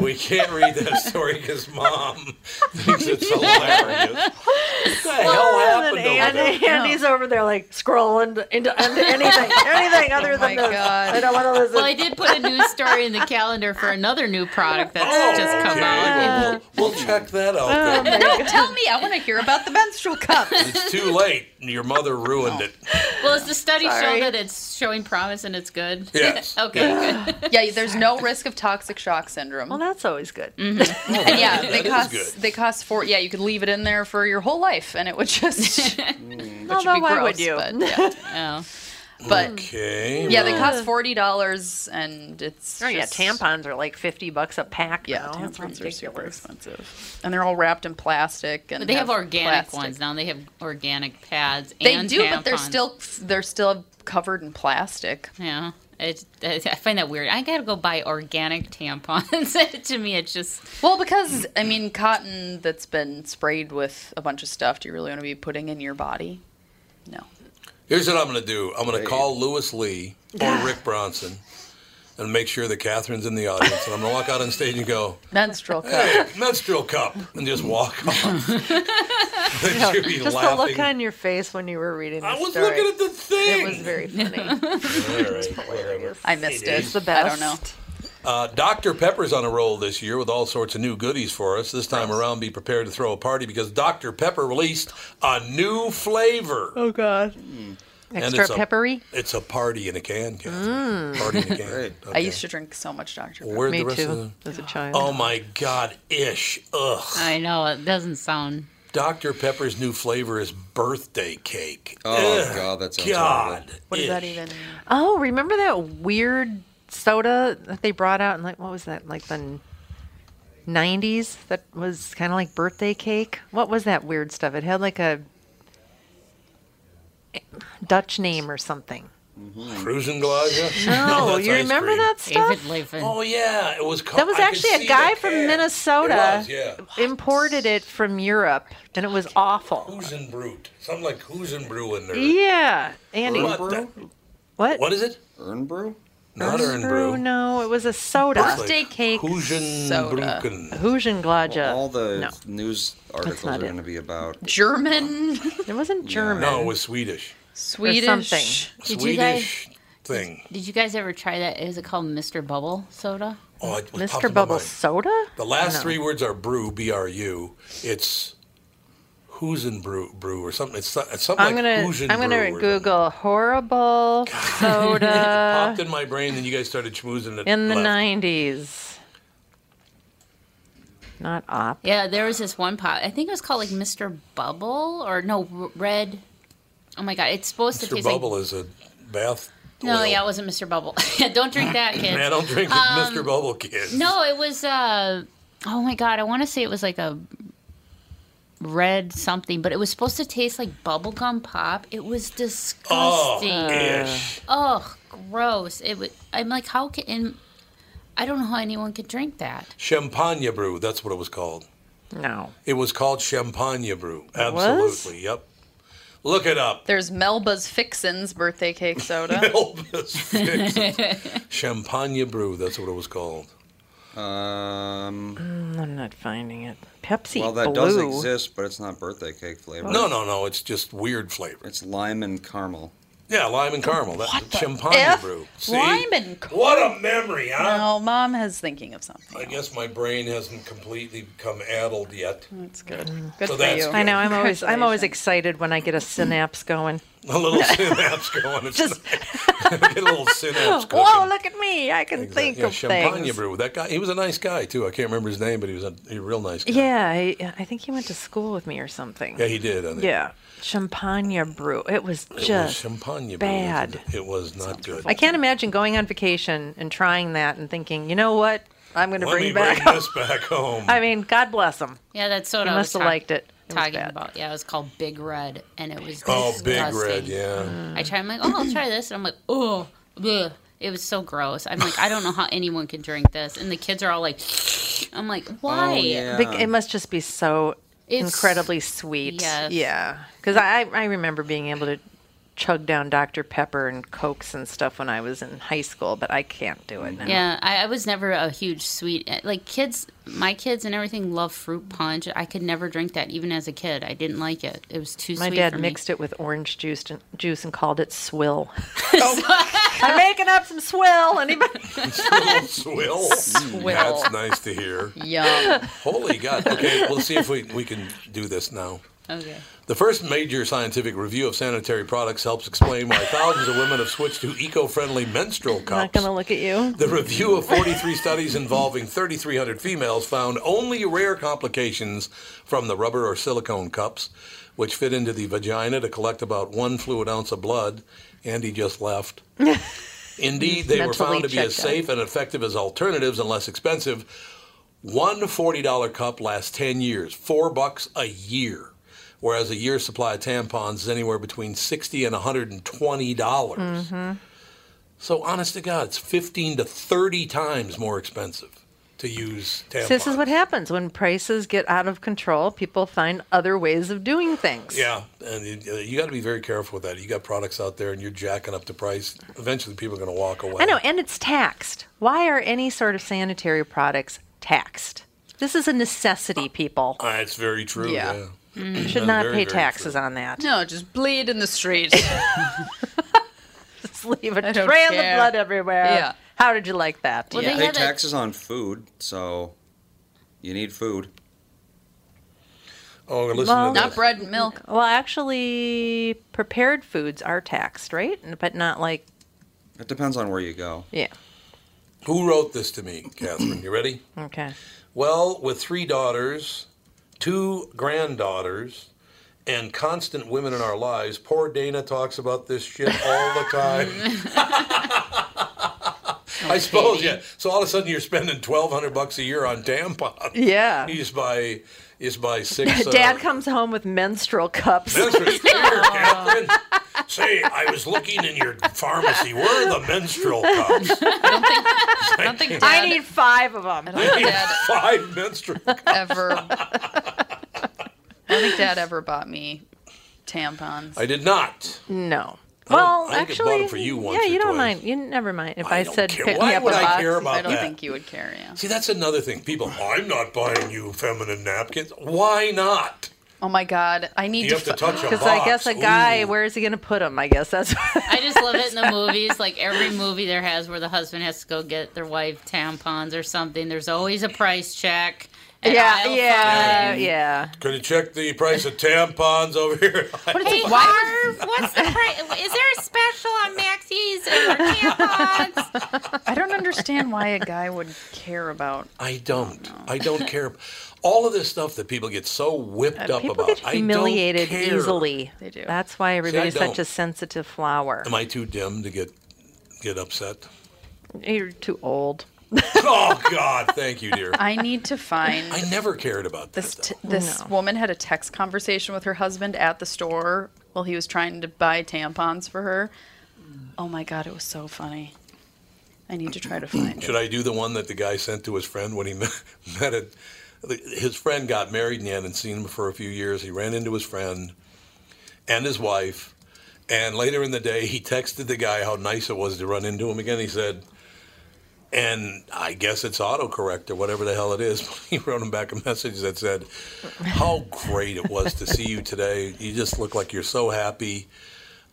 [SPEAKER 1] We can't read that story because mom thinks it's hilarious. What the hell happened over
[SPEAKER 3] and
[SPEAKER 1] there?
[SPEAKER 3] Andy's over there like scrolling into, into anything,
[SPEAKER 2] Oh
[SPEAKER 3] anything other than this. I don't want to listen.
[SPEAKER 5] Well, I did put a news story in the calendar for another new product that's just come
[SPEAKER 1] Oh, Okay,
[SPEAKER 5] out.
[SPEAKER 1] well, we'll, we'll check that out.
[SPEAKER 5] Oh,
[SPEAKER 1] then.
[SPEAKER 2] No, tell me. I want to hear about the menstrual cups.
[SPEAKER 1] It's too late. Your mother ruined it.
[SPEAKER 5] Well, is the study
[SPEAKER 2] Sorry.
[SPEAKER 5] show that it's showing promise and it's good?
[SPEAKER 1] Yes.
[SPEAKER 5] okay, good.
[SPEAKER 2] yeah, there's no risk of toxic shock syndrome. Well,
[SPEAKER 3] that's always good.
[SPEAKER 2] Mm, and yeah,
[SPEAKER 5] that
[SPEAKER 2] they
[SPEAKER 5] is
[SPEAKER 2] cost
[SPEAKER 5] good.
[SPEAKER 2] they cost four. Yeah, you could leave it in there for your whole life, and it would just. which
[SPEAKER 3] Although,
[SPEAKER 2] would be
[SPEAKER 3] why
[SPEAKER 2] gross,
[SPEAKER 3] would you?
[SPEAKER 2] But, yeah.
[SPEAKER 5] Oh.
[SPEAKER 2] But-
[SPEAKER 5] Mm.
[SPEAKER 1] okay.
[SPEAKER 2] yeah, they cost forty dollars, and it's.
[SPEAKER 3] Oh, yeah,
[SPEAKER 2] just-
[SPEAKER 3] tampons are like 50 bucks a pack.
[SPEAKER 2] Yeah,
[SPEAKER 3] now. It's
[SPEAKER 2] tampons are super
[SPEAKER 3] ridiculous.
[SPEAKER 2] expensive, and they're all wrapped in plastic. And
[SPEAKER 5] But they have organic
[SPEAKER 2] plastic.
[SPEAKER 5] ones now. They have organic pads.
[SPEAKER 2] They
[SPEAKER 5] and
[SPEAKER 2] do, but they're
[SPEAKER 5] tampons.
[SPEAKER 2] still they're still covered in plastic.
[SPEAKER 5] Yeah, It's, I find that weird. I gotta go buy organic tampons. to me, it's just
[SPEAKER 2] Well, because I mean, cotton that's been sprayed with a bunch of stuff. Do you really want to be putting in your body?
[SPEAKER 1] Here's what I'm going to do. I'm going to call Lewis Lee or
[SPEAKER 3] Ah.
[SPEAKER 1] Rick Bronson and make sure that Catherine's in the audience. And I'm going to walk out on stage and go,
[SPEAKER 2] Menstrual cup.
[SPEAKER 1] hey, menstrual cup, and just walk off.
[SPEAKER 3] Yeah,
[SPEAKER 1] She'd be
[SPEAKER 3] just the
[SPEAKER 1] laughing.
[SPEAKER 3] look on your face when you were reading.
[SPEAKER 1] I
[SPEAKER 3] this
[SPEAKER 1] was
[SPEAKER 3] story.
[SPEAKER 1] looking at the
[SPEAKER 3] It was
[SPEAKER 1] thing.
[SPEAKER 3] very funny.
[SPEAKER 2] I missed it.
[SPEAKER 3] It's the
[SPEAKER 2] I don't know.
[SPEAKER 1] Uh, Dr. Pepper's on a roll this year with all sorts of new goodies for us. This time around, be prepared to throw a party because Dr. Pepper released a new flavor.
[SPEAKER 3] Oh God.
[SPEAKER 1] Hmm. And
[SPEAKER 2] Extra
[SPEAKER 1] it's a-
[SPEAKER 2] peppery?
[SPEAKER 1] It's a party in a can. Ken.
[SPEAKER 2] Mm.
[SPEAKER 1] Party in a can.
[SPEAKER 2] I
[SPEAKER 1] Okay.
[SPEAKER 2] used to drink so much Dr. Pepper.
[SPEAKER 1] Well, where'd the rest of the-
[SPEAKER 3] as a child.
[SPEAKER 1] Oh my God, ish. Ugh.
[SPEAKER 5] I know it doesn't sound.
[SPEAKER 1] Dr. Pepper's new flavor is birthday cake.
[SPEAKER 4] Oh,
[SPEAKER 1] Ugh,
[SPEAKER 4] God, that sounds
[SPEAKER 1] God.
[SPEAKER 4] horrible.
[SPEAKER 1] What is that
[SPEAKER 2] even?
[SPEAKER 3] Oh, remember that weird soda that they brought out in like what was that like the nineties? That was kind of like birthday cake. What was that weird stuff? It had like a Dutch name or something.
[SPEAKER 1] Cruising Glaja?
[SPEAKER 3] No,
[SPEAKER 1] that's
[SPEAKER 3] you
[SPEAKER 1] ice
[SPEAKER 3] remember
[SPEAKER 1] cream.
[SPEAKER 3] that stuff?
[SPEAKER 1] Oh, yeah. It was
[SPEAKER 3] That was
[SPEAKER 1] I could
[SPEAKER 3] actually
[SPEAKER 1] see
[SPEAKER 3] a guy
[SPEAKER 1] the
[SPEAKER 3] from
[SPEAKER 1] can.
[SPEAKER 3] Minnesota
[SPEAKER 1] It was, yeah.
[SPEAKER 3] imported it from Europe, and it was awful.
[SPEAKER 1] Husenbrut. Something like Husenbrew in there.
[SPEAKER 3] Yeah, Andy.
[SPEAKER 1] What? the-
[SPEAKER 3] What?
[SPEAKER 1] what is it?
[SPEAKER 4] Urn brew?
[SPEAKER 1] Not urn
[SPEAKER 3] Brew,
[SPEAKER 1] brew.
[SPEAKER 3] no, it was a soda.
[SPEAKER 1] Looks like
[SPEAKER 3] Birthday cake soda.
[SPEAKER 4] Hugenbrücken.
[SPEAKER 3] Hugenglage.
[SPEAKER 4] all the
[SPEAKER 3] No.
[SPEAKER 4] news articles are
[SPEAKER 3] not it.
[SPEAKER 4] going to be about.
[SPEAKER 2] German.
[SPEAKER 3] It wasn't German.
[SPEAKER 1] No, it was Swedish.
[SPEAKER 5] Swedish.
[SPEAKER 1] something.
[SPEAKER 5] Did you guys-
[SPEAKER 1] Swedish thing.
[SPEAKER 5] Did you guys ever try that? Is it called Mr. Bubble soda?
[SPEAKER 1] Oh, it was popped
[SPEAKER 3] Mr.
[SPEAKER 1] in my
[SPEAKER 3] Bubble
[SPEAKER 1] mind.
[SPEAKER 3] soda?
[SPEAKER 1] The last
[SPEAKER 3] No.
[SPEAKER 1] three words are brew, B R U. It's Husenbrew brew or something. It's, so- it's something
[SPEAKER 3] I'm
[SPEAKER 1] like
[SPEAKER 3] gonna
[SPEAKER 1] Husenbrew
[SPEAKER 3] I'm gonna
[SPEAKER 1] or-
[SPEAKER 3] Google horrible soda
[SPEAKER 1] popped in my brain, then you guys started schmoozing it.
[SPEAKER 3] in the
[SPEAKER 1] left.
[SPEAKER 3] nineties. Not op.
[SPEAKER 5] Yeah, there was this one pot. I think it was called like Mr. Bubble or no R- Red. Oh my God, it's supposed to
[SPEAKER 1] Mr.
[SPEAKER 5] taste
[SPEAKER 1] Bubble
[SPEAKER 5] like.
[SPEAKER 1] is a bath.
[SPEAKER 5] No, yeah, it wasn't Mr. Bubble. Yeah, don't drink that, kids.
[SPEAKER 1] Man, I don't drink with
[SPEAKER 5] Um,
[SPEAKER 1] Mr. Bubble kids.
[SPEAKER 5] No, it was. uh Oh my god, I want to say it was like a red something, but it was supposed to taste like bubblegum pop. It was disgusting.
[SPEAKER 1] Oh, ish.
[SPEAKER 5] Ugh, gross. It was. I'm like, how can? And I don't know how anyone could drink that.
[SPEAKER 1] Champagne brew, that's what it was called.
[SPEAKER 3] No.
[SPEAKER 1] It was called Champagne brew.
[SPEAKER 2] was?
[SPEAKER 1] Absolutely. Yep. Look it up.
[SPEAKER 2] There's Melba's Fixin's birthday cake soda.
[SPEAKER 1] Melba's Champagne brew, that's what it was called.
[SPEAKER 4] Um,
[SPEAKER 3] I'm not finding it. Pepsi
[SPEAKER 4] well, that
[SPEAKER 3] Blue.
[SPEAKER 4] does exist, but it's not birthday cake flavor.
[SPEAKER 1] No, no, no. It's just weird flavor.
[SPEAKER 4] It's lime and caramel.
[SPEAKER 1] Yeah, lime and caramel. That, Champagne
[SPEAKER 2] F?
[SPEAKER 1] brew. See?
[SPEAKER 2] Lime and corn.
[SPEAKER 1] What a memory, huh?
[SPEAKER 2] No, mom is thinking of something.
[SPEAKER 1] I guess my brain hasn't completely become addled yet.
[SPEAKER 2] That's good. Good
[SPEAKER 1] mm. so
[SPEAKER 2] for
[SPEAKER 1] that's
[SPEAKER 2] you.
[SPEAKER 1] good.
[SPEAKER 3] I know. I'm always I'm always excited when I get a synapse going.
[SPEAKER 1] A little synapse going. It's just get a little synapse going.
[SPEAKER 3] Whoa! Look at me. I can think
[SPEAKER 1] yeah,
[SPEAKER 3] of
[SPEAKER 1] Champagne
[SPEAKER 3] things.
[SPEAKER 1] brew. That guy, he was a nice guy too. I can't remember his name, but he was a, a real nice guy.
[SPEAKER 3] Yeah, I, I think he went to school with me or something.
[SPEAKER 1] Yeah, he did. I think.
[SPEAKER 3] Yeah. Champagne brew. It was
[SPEAKER 1] It was
[SPEAKER 3] just
[SPEAKER 1] champagne brew.
[SPEAKER 3] bad.
[SPEAKER 1] It was not good.
[SPEAKER 3] I can't imagine going on vacation and trying that and thinking, you know what? I'm going to
[SPEAKER 1] Let me
[SPEAKER 3] bring back.
[SPEAKER 1] bring this back home.
[SPEAKER 3] I mean, God bless them.
[SPEAKER 5] Yeah, that
[SPEAKER 3] You
[SPEAKER 5] soda. I
[SPEAKER 3] must
[SPEAKER 5] was
[SPEAKER 3] have
[SPEAKER 5] talk-
[SPEAKER 3] liked it. It was
[SPEAKER 5] talking
[SPEAKER 3] bad.
[SPEAKER 5] about. Yeah, it was called Big Red, and it was.
[SPEAKER 1] Oh, Big
[SPEAKER 5] disgusting.
[SPEAKER 1] Red,
[SPEAKER 3] Mm.
[SPEAKER 1] yeah.
[SPEAKER 5] I try. I'm like, oh, I'll try this, and I'm like, oh, bleh. it was so gross. I'm like, I don't know how anyone can drink this, and the kids are all like, I'm like,
[SPEAKER 1] Oh,
[SPEAKER 5] why?
[SPEAKER 3] Bec- It must just be so
[SPEAKER 5] It's-
[SPEAKER 3] incredibly sweet.
[SPEAKER 5] Yes.
[SPEAKER 3] Yeah. Because I, I remember being able to chug down Dr. Pepper and Cokes and stuff when I was in high school, but I can't do it now.
[SPEAKER 5] Yeah, I, I was never a huge sweet eh, like kids. My kids and everything love fruit punch. I could never drink that even as a kid. I didn't like it. It was too
[SPEAKER 3] My
[SPEAKER 5] sweet.
[SPEAKER 3] dad
[SPEAKER 5] for
[SPEAKER 3] mixed
[SPEAKER 5] me.
[SPEAKER 3] it with orange juice and, juice and called it swill. Oh. I'm making up some swill. Anybody?
[SPEAKER 1] Swill.
[SPEAKER 3] Swill.
[SPEAKER 1] That's nice to hear.
[SPEAKER 3] Yum.
[SPEAKER 1] Holy God. Okay, we'll see if we, we can do this now.
[SPEAKER 5] Okay.
[SPEAKER 1] The first major scientific review of sanitary products helps explain why thousands of women have switched to eco friendly menstrual
[SPEAKER 3] I'm not
[SPEAKER 1] cups.
[SPEAKER 3] going to look at you.
[SPEAKER 1] The review of 43 studies involving 3,300 females found only rare complications from the rubber or silicone cups, which fit into the vagina to collect about one fluid ounce of blood. Andy just left. Indeed, they were
[SPEAKER 11] Mentally
[SPEAKER 1] found to be as
[SPEAKER 11] checked out.
[SPEAKER 1] safe and effective as alternatives and less expensive. One $40 cup lasts 10 years, four bucks a year, whereas a year's supply of tampons is anywhere between 60 and $120.
[SPEAKER 3] Mm-hmm.
[SPEAKER 1] So, honest to God, it's 15 to 30 times more expensive to use tampons.
[SPEAKER 3] So this is what happens when prices get out of control. People find other ways of doing things.
[SPEAKER 1] yeah, and you, uh, you got to be very careful with that. You got products out there, and you're jacking up the price. Eventually, people are going to walk away.
[SPEAKER 3] I know, and it's taxed. Why are any sort of sanitary products taxed? This is a necessity, people.
[SPEAKER 1] Ah, it's very true.
[SPEAKER 3] Yeah. Mm,
[SPEAKER 1] Yeah,
[SPEAKER 3] You
[SPEAKER 1] That's
[SPEAKER 3] should not
[SPEAKER 1] Mm, very,
[SPEAKER 3] pay
[SPEAKER 1] very
[SPEAKER 3] taxes on that.
[SPEAKER 2] No, just bleed in the street.
[SPEAKER 3] just leave a
[SPEAKER 2] I
[SPEAKER 3] trail
[SPEAKER 2] don't
[SPEAKER 3] of
[SPEAKER 2] care.
[SPEAKER 3] blood everywhere.
[SPEAKER 2] Yeah.
[SPEAKER 3] How did you like that?
[SPEAKER 4] you pay taxes on food, so you need food.
[SPEAKER 1] Oh,
[SPEAKER 3] Well, bread and milk. Well, actually, prepared foods are taxed, right? But not like,
[SPEAKER 4] It depends on where you go.
[SPEAKER 3] yeah.
[SPEAKER 1] Who wrote this to me, Catherine? You ready?
[SPEAKER 3] Okay.
[SPEAKER 1] Well, with three daughters, two granddaughters, and constant women in our lives, poor Dana talks about this shit all the time. I suppose, yeah. So all of a sudden, you're spending twelve hundred bucks a year on tampons.
[SPEAKER 3] Yeah.
[SPEAKER 1] you just buy, you just buy six. uh,
[SPEAKER 3] Dad comes home with menstrual cups.
[SPEAKER 1] Say, I was looking in your pharmacy. Where are the menstrual cups? I don't think.
[SPEAKER 3] I need five of them.
[SPEAKER 1] five menstrual.
[SPEAKER 2] ever. I don't think Dad ever bought me tampons.
[SPEAKER 1] I did not.
[SPEAKER 3] No.
[SPEAKER 1] I don't-
[SPEAKER 3] Well,
[SPEAKER 1] I think I
[SPEAKER 3] actually,
[SPEAKER 1] bought 'em for you once
[SPEAKER 3] yeah,
[SPEAKER 1] or
[SPEAKER 3] you don't
[SPEAKER 1] twice.
[SPEAKER 3] mind. You never mind if I,
[SPEAKER 1] don't
[SPEAKER 3] said
[SPEAKER 1] care.
[SPEAKER 3] pick
[SPEAKER 1] Why
[SPEAKER 3] me up
[SPEAKER 1] would
[SPEAKER 3] a
[SPEAKER 1] I
[SPEAKER 3] box.
[SPEAKER 1] care about
[SPEAKER 2] I don't
[SPEAKER 1] that?
[SPEAKER 2] think you would care. Yeah.
[SPEAKER 1] See, that's another thing. People, I'm not buying you feminine napkins. Why not?
[SPEAKER 2] Oh my God, I need
[SPEAKER 1] You
[SPEAKER 2] to.
[SPEAKER 1] have to touch a
[SPEAKER 3] Because I guess a
[SPEAKER 1] box.
[SPEAKER 3] guy,
[SPEAKER 1] Ooh.
[SPEAKER 3] where is he going to put them? I guess that's.
[SPEAKER 5] I just love it in the movies. Like every movie there has where the husband has to go get their wife tampons or something. There's always a price check. at
[SPEAKER 3] Yeah,
[SPEAKER 5] aisle
[SPEAKER 3] yeah,
[SPEAKER 5] five.
[SPEAKER 3] yeah.
[SPEAKER 1] Could you check the price of tampons over here?
[SPEAKER 5] Hey, Harv, what's the price? Is there a special on Maxis or tampons?
[SPEAKER 2] I don't understand why a guy would care about.
[SPEAKER 1] I don't. I don't care. All of this stuff that people get so whipped up
[SPEAKER 3] Uh, People
[SPEAKER 1] about.
[SPEAKER 3] get
[SPEAKER 1] I don't
[SPEAKER 3] humiliated
[SPEAKER 1] care.
[SPEAKER 3] easily. They do. That's why everybody's such a
[SPEAKER 1] don't.
[SPEAKER 3] sensitive flower.
[SPEAKER 1] Am I too dim to get get upset?
[SPEAKER 3] You're too old.
[SPEAKER 1] oh God, thank you, dear.
[SPEAKER 2] I need to find.
[SPEAKER 1] I never cared about that.
[SPEAKER 2] This t- this
[SPEAKER 3] No.
[SPEAKER 2] woman had a text conversation with her husband at the store while he was trying to buy tampons for her. Oh my god, it was so funny. I need to try to find it.
[SPEAKER 1] Should I do the one that the guy sent to his friend when he met, met it? His friend got married and he hadn't seen him for a few years. He ran into his friend and his wife, and later in the day, he texted the guy how nice it was to run into him again. He said, and I guess it's autocorrect or whatever the hell it is. He wrote him back a message that said, "How great it was to see you today. You just look like you're so happy.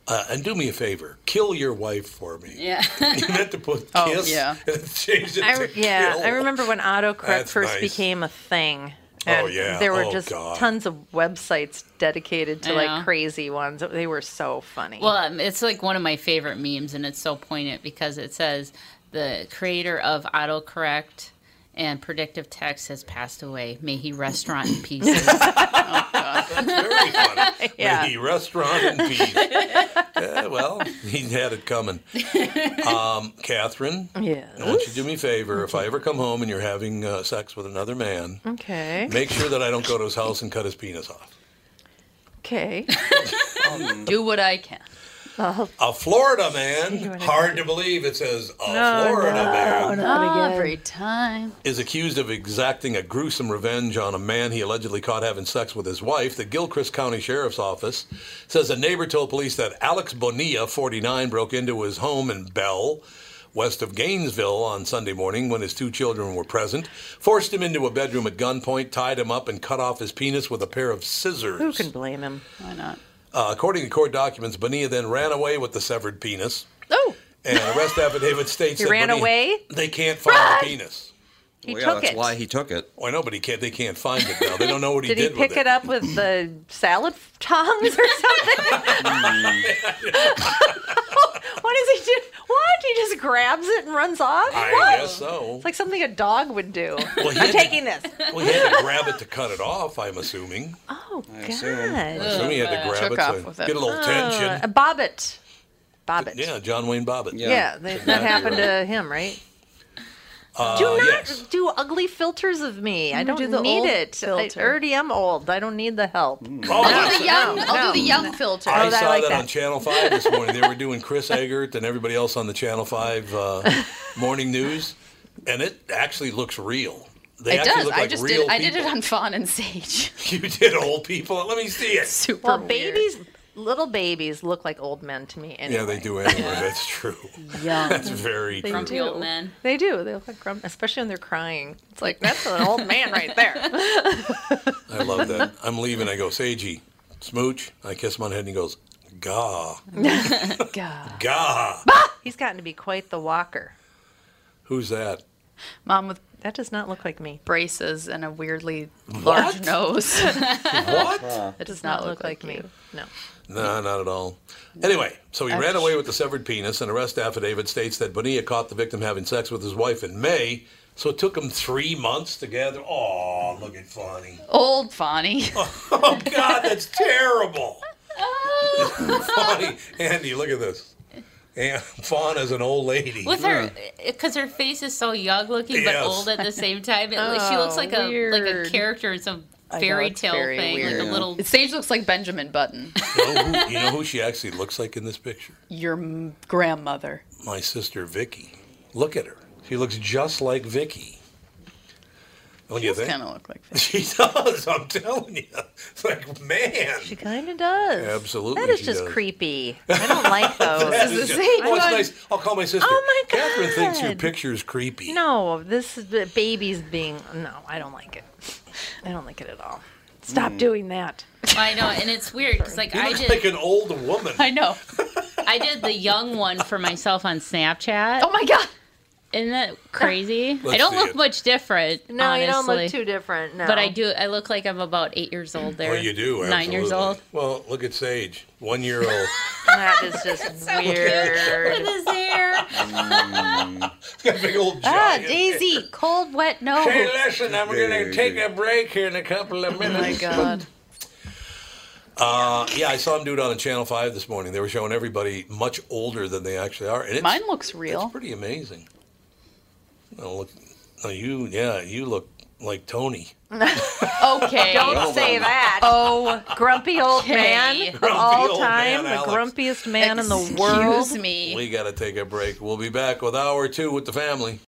[SPEAKER 1] Uh, and do me a favor, kill your wife for me."
[SPEAKER 5] Yeah.
[SPEAKER 1] You meant to put kiss
[SPEAKER 3] Oh, yeah.
[SPEAKER 1] and changed it
[SPEAKER 3] I,
[SPEAKER 1] to
[SPEAKER 3] re- yeah,
[SPEAKER 1] kill.
[SPEAKER 3] I remember when autocorrect
[SPEAKER 1] That's
[SPEAKER 3] first
[SPEAKER 1] nice.
[SPEAKER 3] became a thing.
[SPEAKER 1] Oh,
[SPEAKER 3] and
[SPEAKER 1] yeah.
[SPEAKER 3] There were
[SPEAKER 1] Oh,
[SPEAKER 3] just
[SPEAKER 1] God.
[SPEAKER 3] tons of websites dedicated to
[SPEAKER 5] I
[SPEAKER 3] like
[SPEAKER 5] know.
[SPEAKER 3] crazy ones. They were so funny.
[SPEAKER 5] Well, um, it's like one of my favorite memes, and it's so poignant because it says the creator of autocorrect and predictive text has passed away. May he restaurant in peace.
[SPEAKER 1] Maybe restaurant in peace. Yeah, well, he had it coming. Um, Catherine,
[SPEAKER 3] Yes.
[SPEAKER 1] I want you to do me a favor. If I ever come home and you're having uh, sex with another man,
[SPEAKER 3] okay.
[SPEAKER 1] make sure that I don't go to his house and cut his penis off.
[SPEAKER 3] Okay.
[SPEAKER 2] Do what I can.
[SPEAKER 1] A Florida man, hard to believe it says a Florida man,
[SPEAKER 2] Every time.
[SPEAKER 1] is accused of exacting a gruesome revenge on a man he allegedly caught having sex with his wife. The Gilchrist County Sheriff's Office says a neighbor told police that Alex Bonilla, 49, broke into his home in Bell. West of Gainesville on Sunday morning, when his two children were present, forced him into a bedroom at gunpoint, tied him up, and cut off his penis with a pair of scissors.
[SPEAKER 3] Who can blame him?
[SPEAKER 2] Why not?
[SPEAKER 1] Uh, according to court documents, Bonilla then ran away with the severed penis. Oh. And an arrest affidavit states
[SPEAKER 3] He
[SPEAKER 1] that
[SPEAKER 3] ran
[SPEAKER 1] Bonilla-
[SPEAKER 3] away?
[SPEAKER 1] They can't find the penis.
[SPEAKER 3] He Well, yeah, took that's it. why
[SPEAKER 1] he took it. I know, but he can't. They can't find it now. They don't know what he
[SPEAKER 3] Did
[SPEAKER 1] did,
[SPEAKER 3] he pick
[SPEAKER 1] with
[SPEAKER 3] it up with the salad tongs or something? what does he do? What? He just grabs it and runs off?
[SPEAKER 1] I
[SPEAKER 3] what?
[SPEAKER 1] guess so.
[SPEAKER 3] It's like something a dog would do.
[SPEAKER 1] Well, he
[SPEAKER 3] I'm
[SPEAKER 1] had to-
[SPEAKER 3] taking this.
[SPEAKER 1] Well, he had to grab it to cut it off. I'm assuming.
[SPEAKER 3] Oh, God.
[SPEAKER 1] I assume he had to grab
[SPEAKER 3] Took
[SPEAKER 1] it
[SPEAKER 3] off
[SPEAKER 1] to
[SPEAKER 3] with
[SPEAKER 1] get a little
[SPEAKER 3] Oh,
[SPEAKER 1] tension.
[SPEAKER 3] a bobbit. Bobbit.
[SPEAKER 1] Yeah, John Wayne Bobbitt.
[SPEAKER 3] Yeah, they, that happened to him, right?
[SPEAKER 1] Uh,
[SPEAKER 3] do not
[SPEAKER 1] yes.
[SPEAKER 3] do ugly filters of me. I
[SPEAKER 2] I'm
[SPEAKER 3] don't
[SPEAKER 2] gonna Mm, do the
[SPEAKER 3] need
[SPEAKER 2] old
[SPEAKER 3] it.
[SPEAKER 2] filter.
[SPEAKER 3] I already am old. I don't need the help.
[SPEAKER 1] Oh,
[SPEAKER 2] I'll
[SPEAKER 1] that's
[SPEAKER 2] do the
[SPEAKER 1] it.
[SPEAKER 2] young.
[SPEAKER 3] No,
[SPEAKER 2] I'll
[SPEAKER 3] no.
[SPEAKER 2] do the young filter.
[SPEAKER 1] I saw that, on Channel 5 this morning. They were doing Chris Eggert and everybody else on the Channel 5 uh, morning news, and it actually looks real. They
[SPEAKER 2] it
[SPEAKER 1] actually
[SPEAKER 2] does.
[SPEAKER 1] look
[SPEAKER 2] I
[SPEAKER 1] like
[SPEAKER 2] just
[SPEAKER 1] real
[SPEAKER 2] did. I did it
[SPEAKER 1] people.
[SPEAKER 2] on Fawn and Sage.
[SPEAKER 1] You did old people. Let me see it.
[SPEAKER 2] Super
[SPEAKER 3] Well,
[SPEAKER 2] weird.
[SPEAKER 3] babies, little babies look like old men to me. Anyway.
[SPEAKER 1] Yeah, they do anyway. That's true.
[SPEAKER 3] Young.
[SPEAKER 1] That's very true.
[SPEAKER 5] men.
[SPEAKER 3] They do. They look like grown, especially when they're crying. It's like that's an old man right there.
[SPEAKER 1] I love that. I'm leaving. I go, Sagey, smooch. I kiss him on the head, and he goes, Gah,
[SPEAKER 3] God,
[SPEAKER 1] gah.
[SPEAKER 3] he's gotten to be quite the walker.
[SPEAKER 1] Who's that?
[SPEAKER 2] Mom with
[SPEAKER 3] that does not look like me.
[SPEAKER 2] Braces and a weirdly large nose.
[SPEAKER 1] What?
[SPEAKER 2] That does not look like me.
[SPEAKER 3] No.
[SPEAKER 1] No, not at all. Anyway, so he
[SPEAKER 2] Ouch.
[SPEAKER 1] ran away with the severed penis. An arrest affidavit states that Bonilla caught the victim having sex with his wife in May, so it took him three months to gather. Oh, look at Fonny.
[SPEAKER 2] Old Fonny.
[SPEAKER 1] Oh God, that's terrible. Fonny, Andy, look at this. And Fauna's an old lady.
[SPEAKER 5] With her, because her face is so young looking but
[SPEAKER 1] Yes.
[SPEAKER 5] old at the same time. It, she
[SPEAKER 2] Oh,
[SPEAKER 5] looks like a like a
[SPEAKER 2] weird.
[SPEAKER 5] character in some
[SPEAKER 2] I know,
[SPEAKER 5] fairy
[SPEAKER 2] it's
[SPEAKER 5] tale
[SPEAKER 2] very
[SPEAKER 5] thing,
[SPEAKER 2] weird.
[SPEAKER 5] like a little.
[SPEAKER 2] Sage looks like Benjamin Button.
[SPEAKER 1] You know, who, you know who she actually looks like in this picture?
[SPEAKER 2] Your m- grandmother.
[SPEAKER 1] My sister Vicky. Look at her. She looks just like Vicky. Don't you think?
[SPEAKER 2] Kind of look like.
[SPEAKER 1] She does. I'm telling you. It's like, man.
[SPEAKER 3] She kind of does.
[SPEAKER 1] Absolutely,
[SPEAKER 3] That is
[SPEAKER 1] she
[SPEAKER 3] just
[SPEAKER 1] does.
[SPEAKER 3] creepy. I don't like those.
[SPEAKER 1] That is just- oh, it's nice. I'll call my sister.
[SPEAKER 3] Oh my
[SPEAKER 1] Catherine thinks your
[SPEAKER 3] God.
[SPEAKER 1] picture's creepy.
[SPEAKER 3] No, this is the babies being. No, I don't like it. I don't like it at all. Stop
[SPEAKER 1] Mm.
[SPEAKER 3] doing that.
[SPEAKER 5] I know, and it's weird because like
[SPEAKER 1] You
[SPEAKER 5] I
[SPEAKER 1] look
[SPEAKER 5] did.
[SPEAKER 1] like an old woman.
[SPEAKER 5] I know. I did the young one for myself on Snapchat. Oh
[SPEAKER 2] my god.
[SPEAKER 5] Isn't that crazy?
[SPEAKER 3] Let's
[SPEAKER 5] I don't
[SPEAKER 3] see
[SPEAKER 5] look
[SPEAKER 3] it.
[SPEAKER 5] much different.
[SPEAKER 3] No, you don't look
[SPEAKER 5] honestly.
[SPEAKER 3] too different. No.
[SPEAKER 5] But I do. I look like I'm about eight years old. There.
[SPEAKER 1] Oh, you do.
[SPEAKER 5] Nine years
[SPEAKER 1] absolutely.
[SPEAKER 5] old.
[SPEAKER 1] Well, look at Sage. One year old.
[SPEAKER 3] That is just weird.
[SPEAKER 5] With his hair.
[SPEAKER 1] Oh, She's got a big old
[SPEAKER 3] Ah,
[SPEAKER 1] giant.
[SPEAKER 3] Daisy, cold, wet nose.
[SPEAKER 1] Hey, listen, I'm going to take a break here in a couple of minutes.
[SPEAKER 3] Oh my God.
[SPEAKER 1] Uh, yeah, I saw him do it on Channel 5 this morning. They were showing everybody much older than they actually are. And it's,
[SPEAKER 2] Mine looks real.
[SPEAKER 1] It's pretty amazing. No, look, no, you, yeah, you look like Tony.
[SPEAKER 2] Okay.
[SPEAKER 3] Don't say that. Oh, grumpy old
[SPEAKER 2] Okay.
[SPEAKER 3] man of
[SPEAKER 1] Grumpy
[SPEAKER 3] all
[SPEAKER 1] old man,
[SPEAKER 3] time, the
[SPEAKER 1] Alex.
[SPEAKER 3] grumpiest man in the
[SPEAKER 2] Excuse
[SPEAKER 3] world.
[SPEAKER 2] me.
[SPEAKER 1] We got to take a break. We'll be back with hour two with the family.